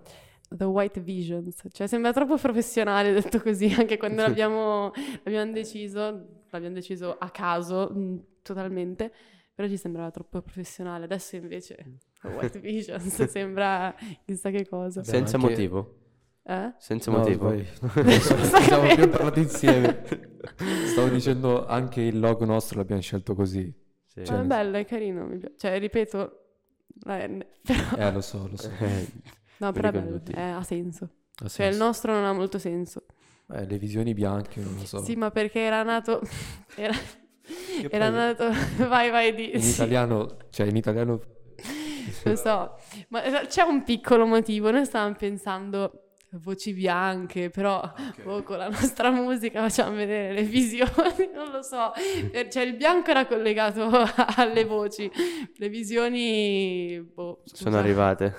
The White Visions, cioè sembra troppo professionale detto così, anche quando l'abbiamo, l'abbiamo deciso, l'abbiamo deciso a caso, mh, totalmente, però ci sembrava troppo professionale, adesso
Mm.
invece The White Visions sembra chissà che cosa.
Vabbè,
Senza
anche-
motivo.
Eh?
Senza
No,
motivo.
[laughs]
poi-
Sta
Abbiamo prima
capendo.
parlato insieme.
[laughs]
Stavo dicendo anche il logo nostro l'abbiamo scelto così.
Sì.
Cioè,
Ma è bello, è carino, mi piace. Cioè, ripeto, la N, però,
Eh, lo so, lo so.
Eh,
no,
lo
però è
dicono
bello,
tutti.
eh, ha senso.
Ha
Cioè, il
senso.
nostro non ha molto senso.
Eh, le visioni bianche, non lo so.
Sì, ma perché era nato... Era,
Che
era
poi [laughs]
nato... [laughs] Vai, vai, di...
in
sì.
italiano, cioè in italiano
Lo so, ma era- c'è un piccolo motivo. Noi stavamo pensando voci bianche, però
Ah,
boh, con la nostra musica facciamo vedere le visioni, [laughs] non lo so. Eh, Cioè il bianco era collegato [laughs] alle voci, le visioni... boh,
sono
scusa. [laughs]
arrivate.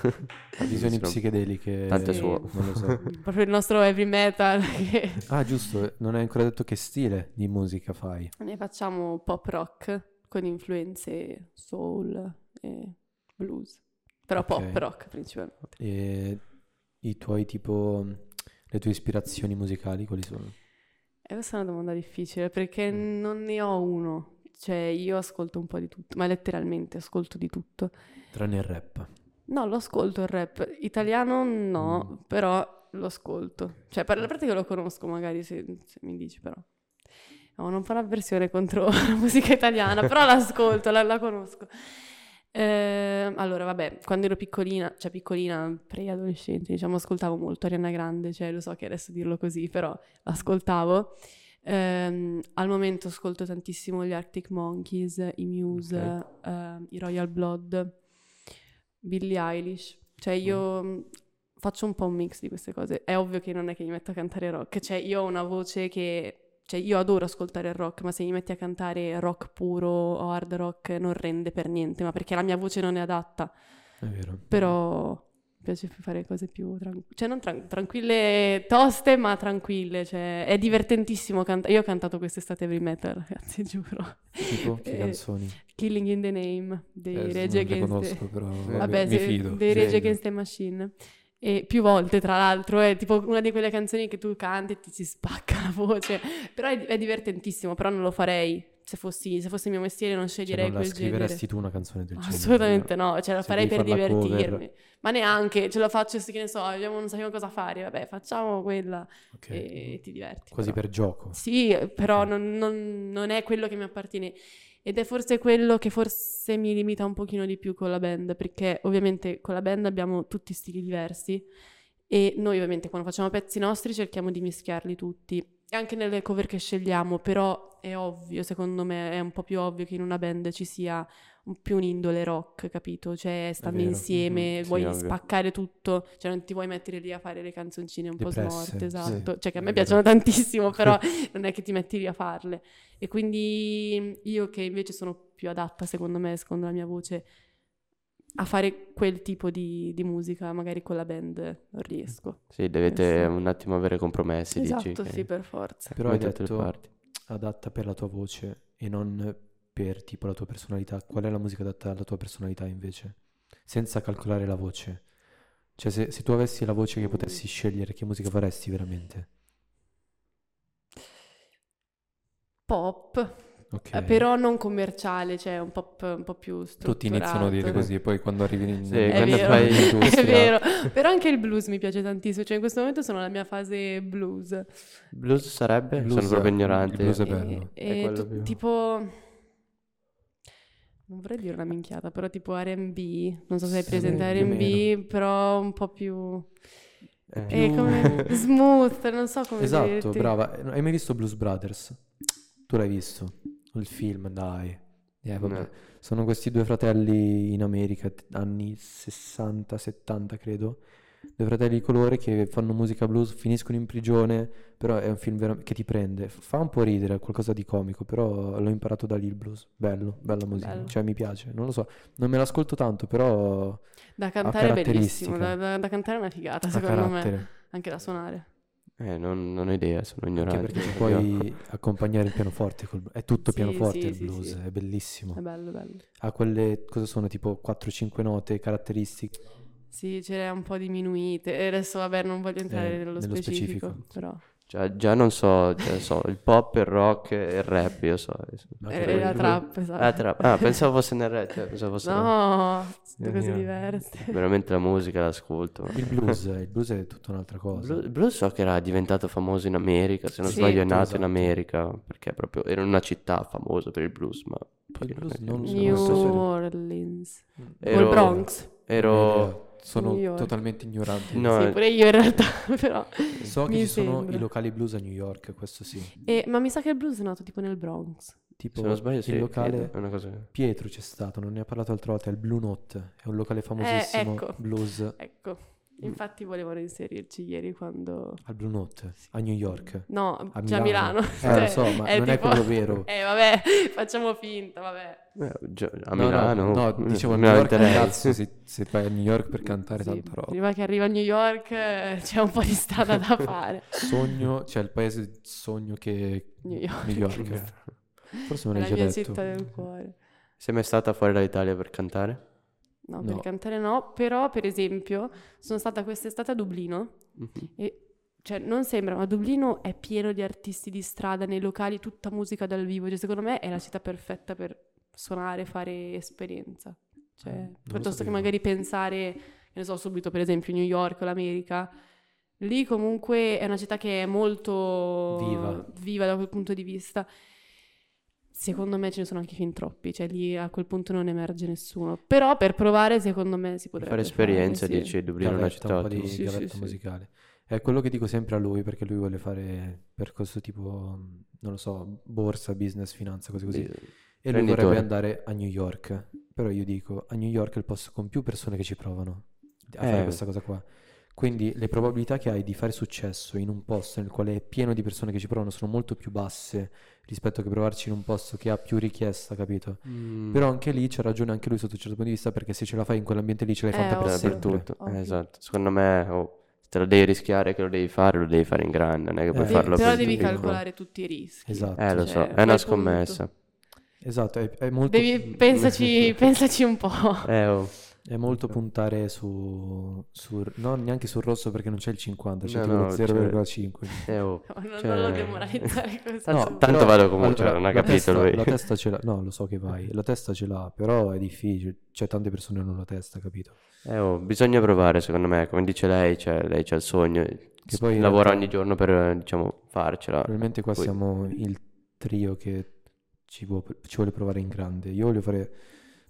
visioni
Sono-
psichedeliche.
Tanto
è suo.
Eh, Non
[laughs]
lo so.
Proprio il nostro heavy metal, [laughs] che
Ah, giusto, non hai ancora detto che stile di musica fai.
ne facciamo pop rock con influenze soul e blues, però
Ok.
pop rock principalmente.
E i tuoi tipo le tue ispirazioni musicali quali sono?
E questa è una domanda difficile perché non ne ho uno. Cioè, io ascolto un po' di tutto, ma letteralmente ascolto di tutto.
Tranne il rap.
No, lo ascolto il rap. Italiano no, però lo ascolto. Cioè, per la pratica lo conosco magari se, se mi dici, però. Ho non farà avversione contro [laughs] la musica italiana, però l'ascolto, la, la conosco. Eh, allora, vabbè, quando ero piccolina, cioè piccolina, preadolescente, diciamo, ascoltavo molto Ariana Grande, cioè lo so che adesso dirlo così, però l'ascoltavo. Ehm, al momento ascolto tantissimo gli Arctic Monkeys, i Muse, ehm, i Royal Blood, Billie Eilish. Cioè io
Mm.
mh, faccio un po' un mix di queste cose. È ovvio che non è che mi metto a cantare rock, cioè io ho una voce che... Cioè io adoro ascoltare il rock, ma se mi metti a cantare rock puro o hard rock non rende per niente, ma perché la mia voce non è adatta.
È vero.
Però Mi piace più fare cose più tranquille, cioè non tran- tranquille, toste, ma tranquille. Cioè, è divertentissimo cantare. Io ho cantato quest'estate heavy metal, [laughs] ragazzi, giuro.
Tipo, che
Eh,
canzoni?
Killing in the Name dei
Eh,
Rage
non le
Against
conosco, però
Vabbè,
mi
se-
fido.
dei Rage
sì.
Against the Machine. E più volte, tra l'altro, è tipo una di quelle canzoni che tu canti e ti si spacca la voce. Però è, è divertentissimo, però non lo farei. Se, fossi, se fosse il mio mestiere non
Cioè,
sceglierei
non la
quel genere.
scriveresti tu una canzone del genere?
Assolutamente no, ce la
Se
farei
devi
per
far la cover.
divertirmi. Ma neanche, ce la faccio, se che ne so, abbiamo- non sappiamo cosa fare, vabbè, facciamo quella
Ok.
e ti diverti.
Quasi
però.
per gioco.
Sì, però
Ok.
non, non- non è quello che mi appartiene. Ed è forse quello che forse mi limita un pochino di più con la band, perché ovviamente con la band abbiamo tutti stili diversi e noi ovviamente quando facciamo pezzi nostri cerchiamo di mischiarli tutti, E anche nelle cover che scegliamo, però è ovvio, secondo me è un po' più ovvio che in una band ci sia un- più un'indole rock, capito? Cioè stanno
vero, Mm-hmm.
mhm,
insieme,
sì,
vuoi
ovvio.
spaccare tutto, cioè non ti vuoi mettere lì a fare le canzoncine un po'
Depresse,
smorte,
sì,
esatto. Cioè
Eh,
che a me
è vero.
piacciono tantissimo, però
[laughs]
non è che ti metti lì a farle. E quindi io che invece sono più adatta, secondo me, secondo la mia voce, a fare quel tipo di, di musica, magari con la band non riesco.
Sì, dovete
Eh, Sì.
un attimo avere compromessi, dici.
esatto,
che-
sì, per forza.
Però
come
hai
da tutte le
detto
parti.
adatta per la tua voce e non per tipo la tua personalità. Qual è la musica adatta alla tua personalità invece? Senza calcolare la voce. Cioè, se, se tu avessi la voce che potessi
Mm.
scegliere, che musica faresti veramente?
Pop,
Ok.
eh, però non commerciale, cioè un pop un po' più strutturato.
Tutti iniziano a
[laughs]
dire così, poi quando arrivi in
Sì,
in
È
quando
[laughs]
vero,
fai
è
l'industria-
vero. Però anche il blues mi piace tantissimo, cioè in questo momento sono nella mia fase blues.
Blues sarebbe?
Blues-
Sono proprio ignorante.
il blues è
E-
bello.
e
È quello
tu-
più-
tipo... Non vorrei dire una minchiata, però tipo R&B, non so se hai
Sì,
presente
più o
R&B, però un po' più...
Eh,
Più-
eh, come...
[laughs]
smooth, non so come
Esatto,
dirti.
brava. Eh, Hai mai visto Blues Brothers? Tu l'hai visto? Il film, dai. Eh, vabbè.
No.
Sono questi due fratelli in America, t- anni 60-70 credo, due fratelli di colore che fanno musica blues, finiscono in prigione, però è un film vera- che ti prende. F- Fa un po' ridere, è qualcosa di comico, però l'ho imparato da lì il blues. Bello, bella musica,
Bello.
cioè mi piace, non lo so, non me l'ascolto tanto, però
Da cantare è bellissimo, da,
caratteristiche.
da- da cantare è una figata,
ha
secondo me.
carattere,
Anche da suonare.
Eh, non, non ho idea, sono
anche
ignorante.
perché ti
proprio. [laughs]
puoi accompagnare il pianoforte col blues. È tutto
Sì,
pianoforte
sì,
il
sì,
blues,
sì.
è bellissimo.
È bello, bello.
Ha quelle, cosa sono, tipo 4-5 note caratteristiche.
Sì, c'era un po' diminuite. E adesso, vabbè, non voglio entrare
Eh,
nello
nello
specifico,
specifico.
però...
Già, già non so, cioè, so, il pop, il rock e il rap, io so.
Ma
Eh,
che bello.
la trap, esatto.
Ah, tra- ah, pensavo fosse nel rap, cioè, pensavo fosse
No, due cose
mia.
diverse.
veramente la musica, l'ascolto. ma-
Il blues, il blues è tutta un'altra cosa.
Blu- Il blues so che era diventato famoso in America, se non
Sì.
sbaglio è nato in
Esatto.
America, perché proprio era una città famosa per il blues, ma poi
Il
non
blues
è che-
non lo so,
New
non so se-
Orleans. O il
Ero-
Bronx.
Eh,
Ero...
Sono
New York.
totalmente ignorante.
No,
Sì, pure io in realtà, [laughs] però.
So che
Mi
ci sono
sembra.
i locali blues a New York, questo sì.
E- ma mi sa che il blues è nato tipo nel Bronx.
Tipo
se non sbaglio sì,
il locale
credo, è una cosa... che-
Pietro c'è stato, non ne ha parlato altre volte, è il Blue Note, è un locale famosissimo
ecco.
blues
Ecco, infatti volevano inserirci ieri quando...
al Blue Note a New York.
No,
A
cioè a Milano.
Milano.
Cioè,
eh, lo so, ma non
è
è
tipo-
quello
[laughs]
vero.
Eh vabbè, facciamo finta, vabbè.
Eh, già- a
No, no,
Milano? [laughs]
No, dicevo a
Mi
New York,
lamenterei.
cazzo, se, se vai a New York per cantare
Sì,
tanta roba.
prima che arriva a New York eh, c'è un po' di strada
[laughs]
da fare.
Sogno, cioè il paese di sogno che...
New York.
New
[laughs]
York.
Forse me
È la
l'hai già
mia
detto.
città del cuore.
Sei mai stata fuori dall'Italia per cantare?
No.
No, per cantare no, però per esempio sono stata quest'estate a Dublino E cioè, non sembra, ma Dublino è pieno di artisti di strada, nei locali, tutta musica dal vivo. Cioè, secondo me è la città perfetta per suonare, fare esperienza.
Mm,
Cioè, piuttosto che
sapevo.
magari pensare, che ne so, subito, per esempio, New York o l'America. Lì comunque è una città che è molto
Viva.
da quel punto di vista. Secondo me ce ne sono anche fin troppi, cioè lì a quel punto non emerge nessuno. Però per provare, secondo me si
Per
potrebbe
fare esperienze,
sì.
dici, Dublino è una
Gavetta,
città
un po' di
ottima.
Sì,
gavetta
sì, sì.
musicale. È quello che dico sempre a lui perché lui vuole fare percorso tipo, non lo so, borsa, business, finanza, cose così. E lui
Imprenditore.
vorrebbe andare a New York, però io dico a New York è il posto con più persone che ci provano a fare
Eh.
questa cosa qua. Quindi le probabilità che hai di fare successo in un posto nel quale è pieno di persone che ci provano sono molto più basse rispetto che provarci in un posto che ha più richiesta, capito?
Mm.
Però anche lì c'ha ragione anche lui sotto un certo punto di vista perché se ce la fai in quell'ambiente lì ce l'hai
Eh,
fatta
ovvio.
per
per
sempre.
tutto.
Ovvio.
Eh, esatto. Secondo me, oh, se te lo devi rischiare, che lo devi fare, lo devi fare in grande, non è che puoi
Eh,
Devi-
farlo
però
per
devi
tutti.
calcolare tutti i rischi.
Esatto.
Eh, lo
Cioè,
so, è
quel
una
punto.
scommessa.
Esatto, è, è molto, [laughs]
Devi,
[laughs]
pensaci, pensaci un po'. [laughs]
Eh, oh.
è molto puntare su, su- No, neanche sul rosso perché non c'è il 50, c'è
No,
tipo
no,
lo
c'è-
0,5.
Eh, oh.
Non,
Cioè-
non lo
[laughs]
demoralizzare così.
No,
subito.
tanto vado comunque, cioè, non ha
la
capito
testa,
lui.
La testa ce l'ha, no, lo so che vai, la testa ce l'ha, però è difficile, cioè tante persone hanno la testa, capito?
Eh, oh, bisogna provare, secondo me, come dice lei, cioè, lei c'ha il sogno,
Che poi in
lavora
realtà-
ogni giorno per, eh, diciamo, farcela.
Probabilmente qua
Poi-
siamo il trio che ci, vuo- ci vuole provare in grande. Io voglio fare,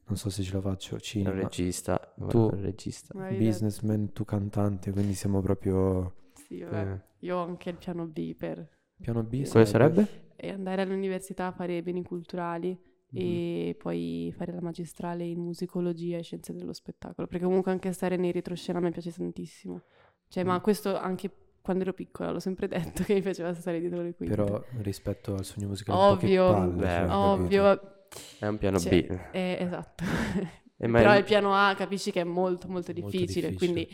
non so se ce la faccio,
Il
cinema,
regista,
Tu-
il regista.
Ma hai detto-
businessman, tu cantante, quindi siamo proprio...
sì, vabbè.
Eh.
Io ho anche il piano B per
Piano B
Quale sarebbe?
e andare all'università a fare beni culturali e
Mm.
poi fare la magistrale in musicologia e scienze dello spettacolo, perché comunque anche stare nei retroscena mi piace tantissimo. Cioè,
Mm.
ma questo anche quando ero piccola l'ho sempre detto [laughs] che mi piaceva stare dietro le quinte.
Però rispetto al sogno musicale,
Ovvio.
un po' che palle,
Beh,
cioè, capito?
Ovvio, va-
È un piano
Cioè,
B.
eh, esatto. [laughs]
Eh, ma-
Però il piano A capisci che è molto molto
Molto
difficile,
difficile.
quindi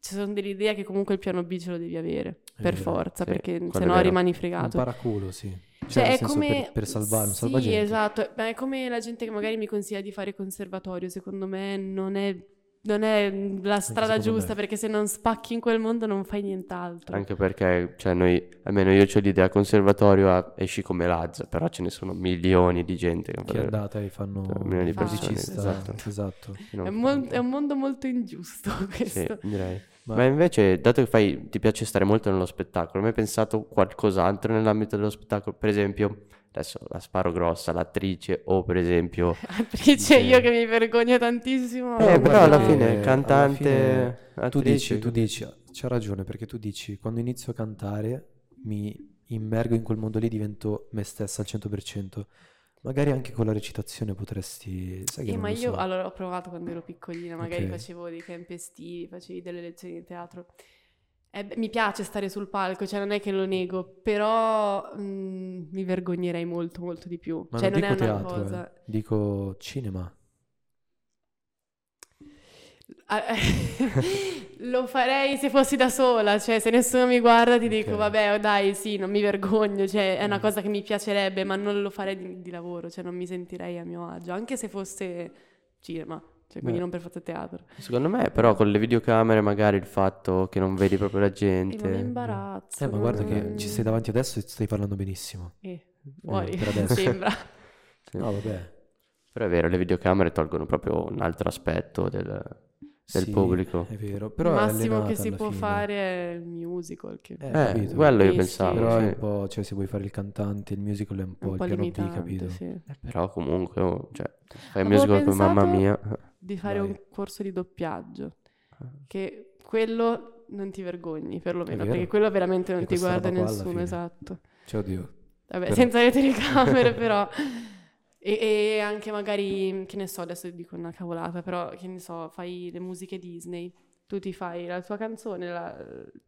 ci sono dell'idea che comunque il piano B ce lo devi avere, per
vero,
forza,
sì,
perché
quello
se
è
no
vero.
rimani
Un
fregato.
paraculo, sì. Cioè,
esatto. Cioè,
nel
è
senso
come...
per, per salvare, un
Sì,
salvagente.
esatto. Ma è come la gente che magari mi consiglia di fare conservatorio. Secondo me non è, non è la strada
secondo
giusta,
me.
perché se non spacchi in quel mondo non fai nient'altro.
Anche perché, cioè, noi, almeno io ho l'idea conservatorio, a- esci come Lazza, però ce ne sono milioni di gente che,
Che è andata e fanno
Per milioni di
il
persone,
musicista,
esatto.
esatto.
non
È,
fanno.
mon- è un mondo molto ingiusto [laughs]
Sì,
questo.
direi.
Ma-
Ma... invece, dato che fai, ti piace stare molto nello spettacolo, mi hai pensato qualcos'altro nell'ambito dello spettacolo? Per esempio, adesso la sparo grossa, l'attrice, o per esempio...
Attrice,
Sì.
io che mi vergogno tantissimo.
Eh,
guarda
però alla
che
fine,
alla
cantante,
fine Tu
attrice,
dici, tu dici, c'ha ragione perché tu dici quando inizio a cantare mi immergo in quel mondo lì, divento me stessa al 100%. Magari anche con la recitazione potresti, sai che
Eh,
non
ma
lo
io
so.
allora ho provato quando ero piccolina, magari
Ok.
facevo dei camp estivi, facevi delle lezioni di teatro. Eh, beh, mi piace stare sul palco, cioè non è che lo nego, però mm, mi vergognerei molto, molto di più.
Ma
cioè
non
non,
dico
è una
teatro, eh,
cosa.
dico cinema.
Ah, eh, [laughs] lo farei se fossi da sola, cioè se nessuno mi guarda ti dico
Ok. Mm.
vabbè oh, dai sì, non mi vergogno, cioè è una cosa che mi piacerebbe, ma non lo farei di, di lavoro, cioè non mi sentirei a mio agio, anche se fosse cinema, cioè quindi
Beh.
non per forza teatro.
Secondo me, però, con le videocamere, magari il fatto che non vedi proprio la
Eh, ma mi
gente...
imbarazzo.
Eh, ma guarda che
non-
ci sei davanti adesso e stai parlando benissimo.
Eh, fuori, [laughs]
per adesso.
sembra.
Sì.
Eh, No, vabbè.
Però è vero, le videocamere tolgono proprio un altro aspetto del, del
Sì,
pubblico.
È vero, [laughs] però
il
è
massimo che
allenata
si
alla
può
fine.
fare è il musical, che
Eh,
Eh,
capito.
quello io
Sì,
pensavo,
sì.
Però è
sì.
un po', cioè se vuoi fare il cantante, il musical è un
è
po'
un po'
il piano B,
limitante,
capito?
sì.
Eh, Però comunque, oh, cioè, fai il
Avevo
musical come mamma
pensato-
mia.
Di fare
Vai. Ah.
un corso di doppiaggio, che quello non ti vergogni, perlomeno,
È vero.
perché quello veramente non
È
ti
questa
guarda
roba qua alla
nessuno,
fine.
esatto.
Cioè, oddio.
Vabbè,
Però-
senza le
[laughs]
telecamere, però. E, e anche magari, che ne so, adesso dico una cavolata, però che ne so, fai le musiche Disney, tu ti fai la tua canzone, la-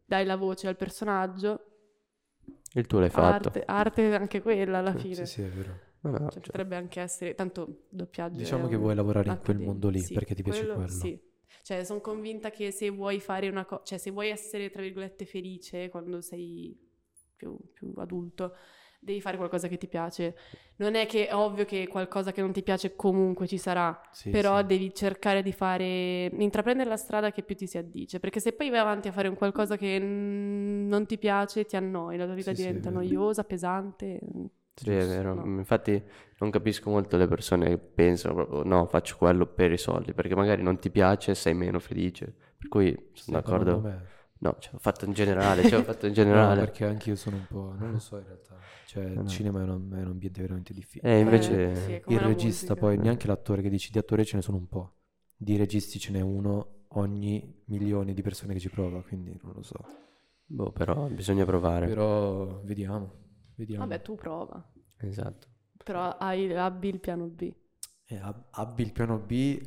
dai la voce al personaggio,
Il tuo l'hai fatto.
arte, arte anche quella alla fine.
Sì, sì, è vero.
No, no,
Cioè,
cioè,
potrebbe anche essere, tanto doppiaggio.
Diciamo
è
che
un-
vuoi lavorare in quel
accademia.
mondo lì
Sì,
perché ti piace quello.
Sì. Cioè, sono convinta che se vuoi fare una cosa, cioè se vuoi essere, tra virgolette, felice quando sei più, più adulto, devi fare qualcosa che ti piace. Non è che è ovvio che qualcosa che non ti piace comunque ci sarà,
Sì,
però
sì.
devi cercare di fare, intraprendere la strada che più ti si addice, perché se poi vai avanti a fare un qualcosa che mm, non ti piace, ti annoi, la tua vita
Sì, sì, è
diventa
vero.
noiosa, pesante.
sì, è
giusto,
vero. Mm,
no.
Infatti non capisco molto le persone che pensano proprio no, faccio quello per i soldi, perché magari non ti piace e sei meno felice. Per cui sono d'accordo.
Secondo me.
No, cioè, ho fatto in generale,
[laughs]
cioè, ho fatto in
No,
generale.
perché anche io sono un po'... non lo so in realtà. Cioè, il
no.
cinema è un, è un ambiente veramente difficile.
E
Eh, sì, è
invece
come
il
la
regista
musica.
poi, neanche l'attore che dici, di attore ce ne sono un po'. Di registi ce n'è uno ogni milione di persone che ci prova, quindi non lo so.
boh, però bisogna provare.
Però vediamo, vediamo.
Vabbè, tu prova,
Esatto.
però hai, abbi il piano B.
Eh, ab- abbi il piano B,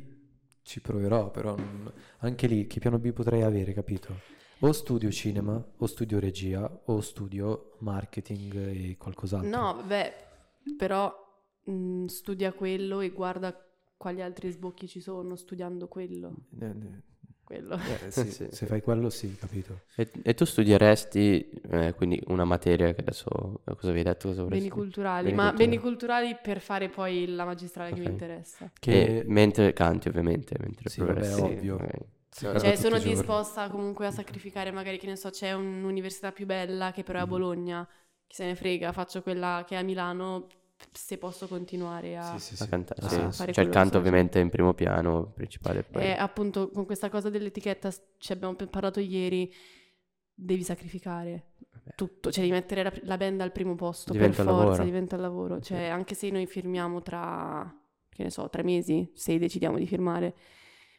ci proverò, però non- anche lì che piano B potrei avere, capito? O studio cinema, o studio regia, o studio marketing e qualcos'altro.
No, beh, però mh, studia quello e guarda quali altri sbocchi ci sono studiando quello.
Eh, eh,
quello.
[laughs]
eh, sì,
Sì.
Se fai quello sì, capito.
E, e tu studieresti, eh, quindi una materia che adesso, eh, cosa vi hai detto? Cosa vorresti?
Beni culturali,
Beni
ma
culturali.
beni culturali per fare poi la magistrale che
Ok.
mi interessa.
E
Che
mentre canti ovviamente, mentre
Sì, vabbè,
progressi,
ovvio.
ok.
sì,
Cioè,
tutti
sono
i giorni.
disposta comunque a sacrificare, magari che ne so, c'è un'università più bella che
Mm.
però è a Bologna, chi se ne frega, faccio quella che è a Milano se posso continuare a...
Sì, sì,
A
sì.
cantare,
Ah,
sì.
fare
Cioè il
quello che Eh,
canto
faccio.
ovviamente in primo piano, principale. Poi.
E appunto con questa cosa dell'etichetta s- ci abbiamo pe- parlato ieri, devi sacrificare tutto, cioè devi mettere la, la band al primo posto
Diventa
per
un
forza,
lavoro.
diventa il lavoro, cioè anche se noi firmiamo tra, che ne so, tre mesi, se decidiamo di firmare,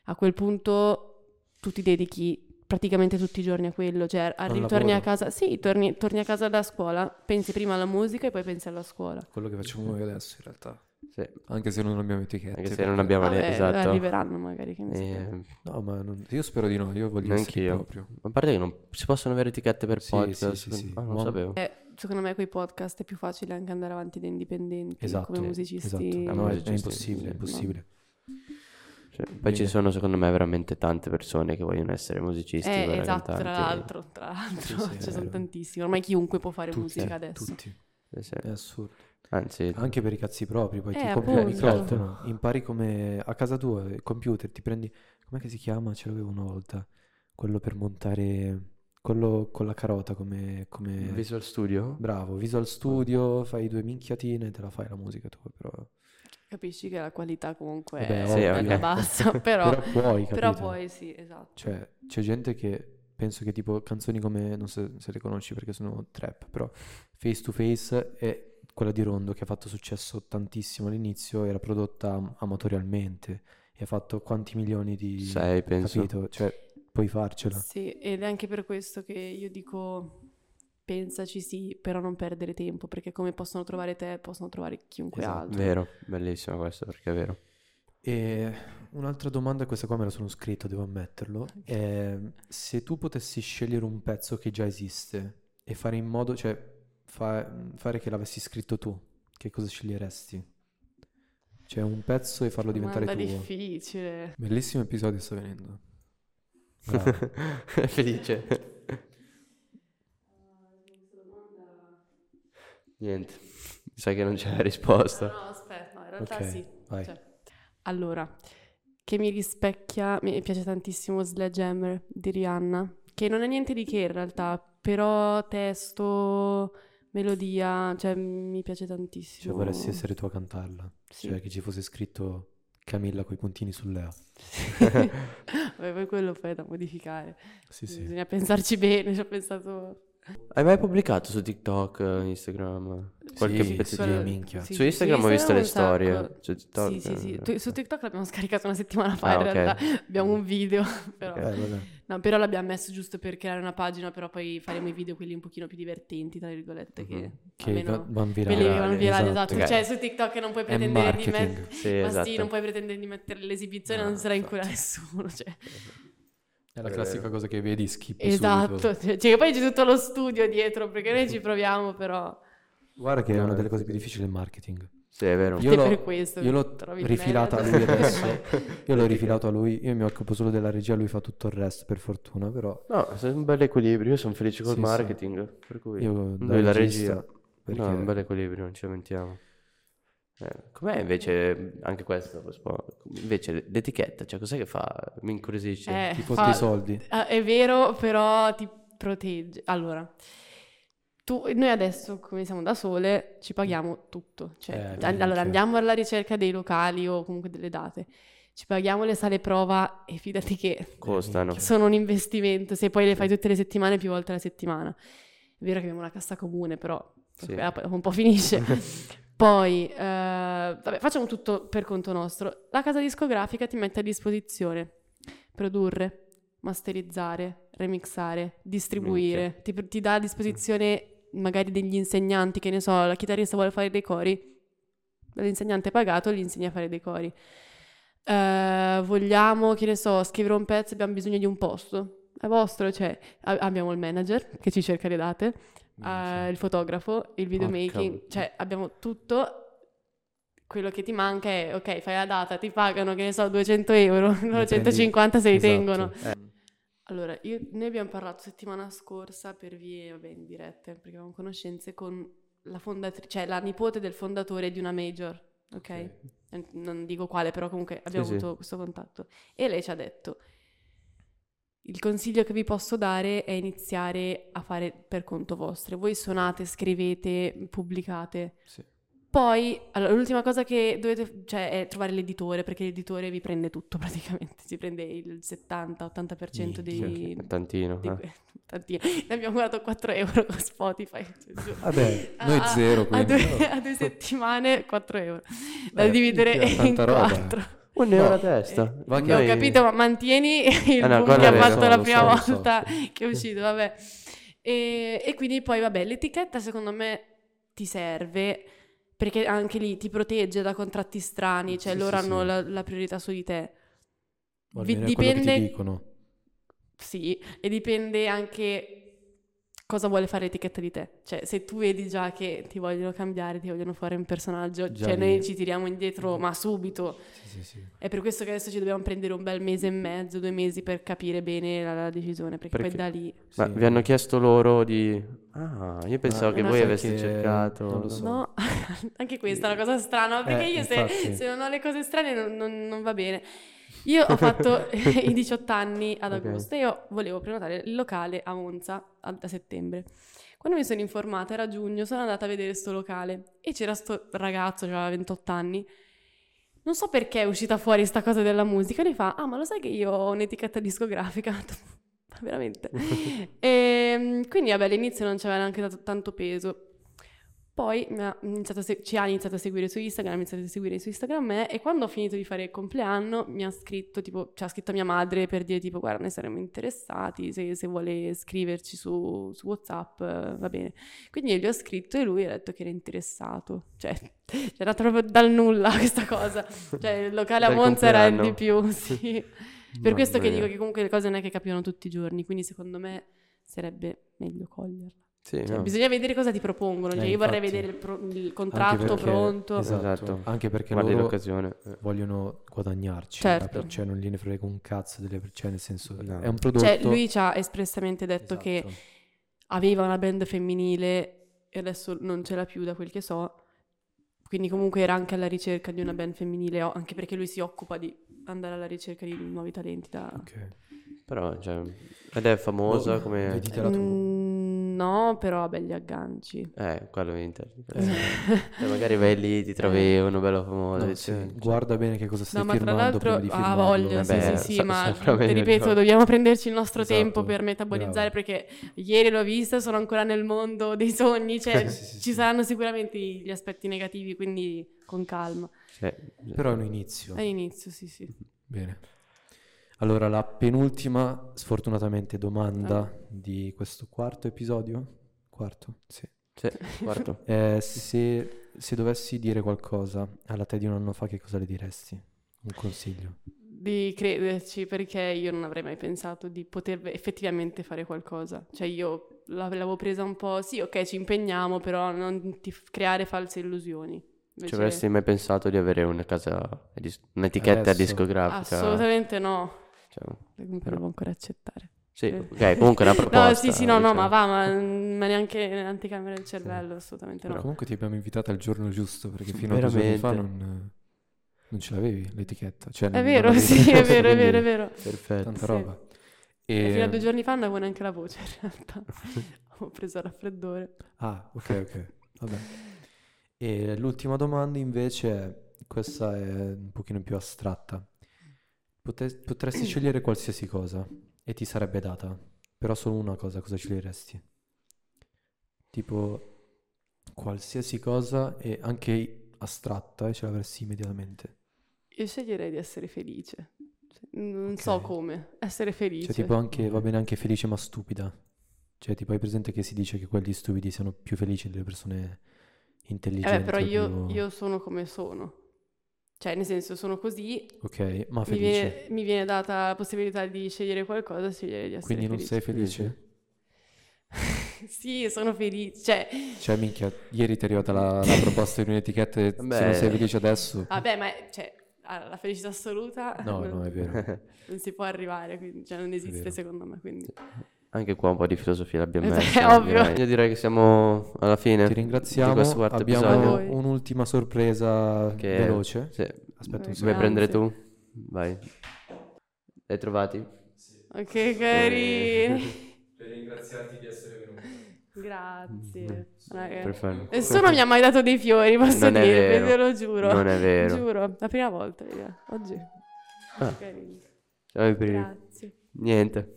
a quel punto tu ti dedichi praticamente tutti i giorni a quello, cioè arrivi, torni a
lavoro.
casa, sì, torni, torni a casa da scuola, pensi prima alla musica e poi pensi alla scuola.
Eh,
Quello che facciamo noi adesso in realtà.
Sì.
Anche se non abbiamo etichette.
Anche se non
perché-
abbiamo
Vabbè,
ne- esatto.
arriveranno magari, che ne so.
Eh,
No, ma non- io spero di no, io voglio essere
Neanch'io.
proprio.
ma a parte che non si possono avere etichette per
Sì,
podcast.
sì, sì, sì.
Ah, non lo
Uomo-
sapevo.
Eh, secondo me quei podcast è più facile anche andare avanti da indipendenti
Esatto,
come musicisti.
esatto.
Ah,
Eh,
No, è, è
musicisti,
impossibile,
sì.
è impossibile.
Cioè, poi ci
Bene.
sono secondo me veramente tante persone che vogliono essere musicisti.
Eh,
vogliono
esatto,
cantanti.
tra l'altro, tra l'altro,
Sì, sì, è
[laughs] ci sono
vero.
tantissimi. Ormai chiunque può fare
Tutti,
musica
eh,
adesso.
Tutti,
Sì, Eh, sì.
è assurdo.
Anzi,
Anche per i cazzi propri, poi
Eh,
ti compri il
appunto.
microfono, impari come a casa tua, il computer, ti prendi, com'è che si chiama? Ce l'avevo una volta, quello per montare, quello con la carota come... come-
Visual Studio?
Bravo, Visual Studio, fai due minchiatine e te la fai la musica tua, però...
Capisci che la qualità comunque
Vabbè,
è
Sì,
bella
ovvio.
[laughs]
bassa, però,
Però puoi,
però
capito?
puoi, sì, esatto.
Cioè, c'è gente che penso che tipo canzoni come, non so se le conosci perché sono trap, però Face to Face è quella di Rondo che ha fatto successo tantissimo all'inizio, era prodotta amatorialmente e ha fatto quanti milioni di...
6 penso.
Capito? Cioè, puoi farcela.
Sì, ed è anche per questo che io dico pensaci sì, però non perdere tempo, perché come possono trovare te, possono trovare chiunque
Esatto.
altro.
Vero, bellissimo questo perché è vero. [laughs]
E un'altra domanda, questa qua me la sono scritta, devo ammetterlo. è se tu potessi scegliere un pezzo che già esiste e fare in modo, cioè fa- fare che l'avessi scritto tu, che cosa sceglieresti? Cioè un pezzo e farlo diventare
Domanda
tuo.
difficile.
Bellissimo episodio sta venendo.
Bravo.
[laughs]
Felice. Niente, mi sa che non c'è la risposta.
No, aspetta, no, in realtà
Ok,
sì.
vai.
Cioè, allora, che mi rispecchia, mi piace tantissimo Sledgehammer di Rihanna, che non è niente di che in realtà, però testo, melodia, cioè mi piace
Cioè
tantissimo.
vorresti essere tu a cantarla.
Sì.
Cioè che ci fosse scritto Camilla coi puntini sull'Ea.
[laughs] Vabbè, poi quello poi è da modificare.
Sì, sì.
Bisogna pensarci bene, ci ho pensato...
Hai mai pubblicato su TikTok, eh, Instagram? Qualche
Sì,
pezzo
sì.
di...
minchia.
Su Instagram ho visto le storie. Su TikTok.
Sì, sì, sì.
eh,
Tu- Su TikTok l'abbiamo scaricato una settimana fa,
Ah,
in
ok.
realtà abbiamo un video, [laughs] però...
Eh, vabbè.
No, però l'abbiamo messo giusto per creare una pagina, però poi faremo i video quelli un pochino più divertenti, tra virgolette, che
Che
almeno
va- van
quelli che
virali.
vanno
virali,
virali, esatto.
esatto.
Cioè su TikTok non puoi
È
pretendere di
marketing.
mettere...
Sì,
Ma
esatto.
sì, non puoi pretendere di mettere l'esibizione, non
No,
sarà in
infatti.
cura a [laughs] nessuno, cioè.
È la classica cosa che vedi, skip
Esatto,
subito.
cioè cioè, che poi c'è tutto lo studio dietro, perché noi ci proviamo, però...
Guarda che è una delle cose più difficili del marketing.
Sì, è vero.
Io l'ho-
per questo
io l'ho
trovi il
rifilata a
manager.
lui adesso.
[laughs]
Io l'ho rifilato a lui, io mi occupo solo della regia, lui fa tutto il resto per fortuna, però
No, è un bel equilibrio. Io sono felice col
Sì, sì.
marketing. Per cui...
io da
Lui la
regista,
regia.
perché
No, è un bel equilibrio, non ci lamentiamo. Eh, com'è invece, anche questo, lo spo- invece l'etichetta, cioè cos'è che fa? Mi incuriosisce.
Eh,
ti
fa-
costa i soldi.
Ah, è vero, però ti protegge. Allora, tu, noi adesso, come siamo da sole, ci paghiamo tutto. Cioè,
Eh,
an-
minchia.
allora, andiamo alla ricerca dei locali o comunque delle date. Ci paghiamo le sale prova e fidati che
Costano.
sono un investimento. Se poi le fai tutte le settimane, più volte alla settimana. È vero che abbiamo una cassa comune, però
Sì.
quella poi dopo un po' finisce. Poi, eh, vabbè, facciamo tutto per conto nostro. La casa discografica ti mette a disposizione produrre, masterizzare, remixare, distribuire. Ti, ti dà a disposizione magari degli insegnanti, che ne so, la chitarrista vuole fare dei cori, l'insegnante è pagato, gli insegna a fare dei cori. Eh, vogliamo, che ne so, scrivere un pezzo, abbiamo bisogno di un posto. è vostro, cioè a- abbiamo il manager che ci cerca le date, eh, il fotografo, il videomaking,
Porca-
cioè abbiamo tutto. Quello che ti manca è, ok, fai la data, ti pagano, che ne so, 200 euro, loro
prendi-
150 se li
Esatto.
tengono.
Eh.
Allora, io, noi abbiamo parlato settimana scorsa per vie, vabbè, in dirette, perché avevamo conoscenze con la fondatrice, cioè la nipote del fondatore di una major, ok? Eh, Non dico quale, però comunque abbiamo
sì.
avuto questo contatto. E lei ci ha detto, il consiglio che vi posso dare è iniziare a fare per conto vostro. Voi suonate, scrivete, pubblicate.
Sì.
Poi, allora, l'ultima cosa che dovete, cioè, è trovare l'editore, perché l'editore vi prende tutto [laughs] praticamente, si prende il 70-80% dei...
Minchia, Tantino.
di
eh.
que- [laughs] tantino. Ne abbiamo dato 4 euro con Spotify. cioè, giù.
Vabbè,
[laughs] A-
noi
a-
zero,
A
quindi.
Ah, due, [laughs] a due settimane 4 euro. Da
Eh,
dividere
minchia,
in
tanta roba.
4.
Un euro a testa.
Eh,
Va
non
che
Ho
hai-
capito, ma mantieni [laughs] il
Eh no,
boom
quello
che ha
è vero.
fatto la
Lo so,
prima
lo so.
[laughs]
volta che è uscito, vabbè. E, e quindi poi, vabbè, l'etichetta secondo me ti serve perché anche lì ti protegge da contratti strani, cioè
Sì,
loro
sì,
hanno
sì.
la, la priorità su di te.
O
Vi-
almeno è quello che ti
dipende,
dicono.
sì, e dipende anche cosa vuole fare l'etichetta di te. Cioè, se tu vedi già che ti vogliono cambiare, ti vogliono fare un personaggio,
Già
cioè
lì.
noi ci tiriamo indietro, ma subito.
Sì, sì, sì.
È per questo che adesso ci dobbiamo prendere un bel mese e mezzo, due mesi per capire bene la, la decisione, perché,
Perché-
poi da lì...
Ma
Sì.
vi hanno chiesto loro di... Ah, io pensavo
Ah,
che
no,
voi
sai
aveste
che-
cercato...
non lo so.
No, [laughs] anche questa è una cosa strana, perché
Eh,
io se,
infatti.
se non ho le cose strane non, non- non va bene. Io ho
[laughs]
fatto [laughs] i 18 anni ad
Ok.
agosto e io volevo prenotare il locale a Monza a, a settembre. Quando mi sono informata, era giugno, sono andata a vedere sto locale e c'era sto ragazzo, che aveva 28 anni. Non so perché è uscita fuori sta cosa della musica, e mi fa, ah ma lo sai che io ho un'etichetta discografica? [laughs] Ma
[laughs]
Veramente. Ehm, quindi vabbè all'inizio non ci aveva neanche dato tanto peso. Poi mi ha iniziato a se- ci ha iniziato a seguire su Instagram, ha iniziato a seguire su Instagram me e quando ho finito di fare il compleanno mi ha scritto, tipo, ci ha scritto mia madre per dire tipo guarda noi saremmo interessati, se, se vuole scriverci su, su Whatsapp eh, va bene. Quindi io gli ho scritto e lui ha detto che era interessato, cioè [laughs] c'era proprio dal nulla questa cosa, cioè il locale a
Dal
Monza era il di
compleanno. [laughs]
più, sì. Per
Mamma
questo che
mia.
dico che comunque le cose non è che capivano tutti i giorni, quindi secondo me sarebbe meglio coglierla.
Sì,
Cioè,
no.
Bisogna vedere cosa ti propongono, cioè,
Eh,
io vorrei
infatti.
vedere il, pro- il
Anche
contratto
perché-
pronto.
esatto.
Anche perché
Guardi
loro
l'occasione. eh.
vogliono guadagnarci,
Certo.
la per- cioè non gliene frega un cazzo delle cioè nel senso
No.
è un prodotto
Cioè, lui ci ha espressamente detto
Esatto.
che aveva una band femminile e adesso non ce l'ha più da quel che so. Quindi comunque era anche alla ricerca di una band femminile, o- anche perché lui si occupa di andare alla ricerca di nuovi talenti da...
Ok.
Però, cioè... Ed è famosa
Boh,
come...
veditela tu.
Mm, no, però ha belli agganci.
Eh, quello
[laughs]
mi interessa. Cioè, magari vai lì, ti trovi uno bello famoso.
No,
dici,
sì,
cioè,
guarda bene che cosa stai
No, ma tra
firmando eh,
l'altro
prima di
ha
firmarlo.
voglia, sì,
Vabbè,
sì, sì,
sa-
ma
saprà meglio
ti
il
ripeto,
gioco.
dobbiamo prenderci il nostro
Esatto,
tempo per metabolizzare
bravo.
perché ieri l'ho vista, sono ancora nel mondo dei sogni, cioè
[laughs] Sì, sì, sì,
ci
sì.
saranno sicuramente gli aspetti negativi, quindi con calma.
cioè,
Però è un inizio.
All'inizio, sì, sì.
Bene.
Allora, la penultima, sfortunatamente, domanda
Ah.
di questo quarto episodio. Quarto? Sì.
sì,
[laughs]
quarto.
Eh, se, se dovessi dire qualcosa alla te di un anno fa, che cosa le diresti? Un consiglio.
Di crederci perché io non avrei mai pensato di poter effettivamente fare qualcosa. Cioè io la- l'avevo presa un po', sì, ok, ci impegniamo, però non ti f- creare false illusioni.
Ci
Invece-
avresti mai pensato di avere una casa, dis- un'etichetta
Adesso. eh.
discografica?
Assolutamente no.
Cioè,
Comunque devo ancora accettare.
sì,
Eh.
ok, comunque una proposta.
[laughs] No, sì, sì, no, no,
diciamo.
ma va, ma, ma neanche nell'anticamera del cervello, assolutamente no.
Comunque ti abbiamo invitata al giorno giusto perché fino a due giorni
Veramente.
fa non, non ce l'avevi l'etichetta. Cioè,
È
non-
vero,
non avevi
sì, è
risposto,
vero, è
quindi
vero, è vero.
Perfetto.
Tanta
Sì.
roba.
E
E...
fino a due giorni fa non avevo neanche la voce, in realtà. Ho preso il raffreddore.
Ah, ok, ok. Vabbè. E l'ultima domanda, invece, è- questa è un pochino più astratta. Pote- [clears throat] potresti scegliere qualsiasi cosa e ti sarebbe data, però solo una cosa, cosa sceglieresti? Tipo, qualsiasi cosa e anche astratta e ce l'avresti immediatamente.
Io sceglierei di essere felice. Cioè, non
Ok.
so come, essere felice.
Cioè, tipo anche, va bene anche felice ma stupida. Cioè, tipo, hai presente che si dice che quelli stupidi siano più felici delle persone
Eh beh,
intelligenti?
però
o
io,
più-
io sono come sono. Cioè, nel senso, sono così,
Ok, ma
mi
felice.
viene, mi viene data la possibilità di scegliere qualcosa, scegliere di essere
Quindi non sei
felice.
felice?
[laughs] Sì, sono felice. Cioè,
Cioè, minchia, ieri ti è arrivata la,
[laughs]
la proposta di un'etichetta e se
Beh.
non sei felice adesso...
vabbè, ma è- cioè, alla- la felicità assoluta
No,
non,
no, è vero.
[laughs]
non si può arrivare, quindi, cioè, non esiste
vero.
secondo me. Quindi.
Anche qua un po' di filosofia l'abbiamo
Eh,
messa.
ovvio.
direi. Io direi che siamo alla fine
Ti ringraziamo.
di questo quarto
Abbiamo
episodio.
voi.
un'ultima sorpresa
Che-
veloce.
Sì.
Aspetta un
Vai.
Vuoi
secondo.
Grazie.
prendere tu? Vai. L'hai trovati?
Ok,
Eh.
carini.
Per ringraziarti di essere venuto.
Grazie. Raga.
Mm. Perfetto.
Nessuno mi ha mai dato dei fiori, posso
Non è
dire,
vero.
ve lo giuro.
Non è vero. Ah,
Giuro, la prima volta, raga. Oggi. Carini.
Ciao, Ibrino.
Grazie.
Niente.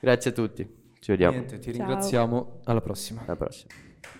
Grazie a tutti. Ci vediamo.
Niente, ti
Ciao.
ringraziamo. Alla prossima.
Alla prossima.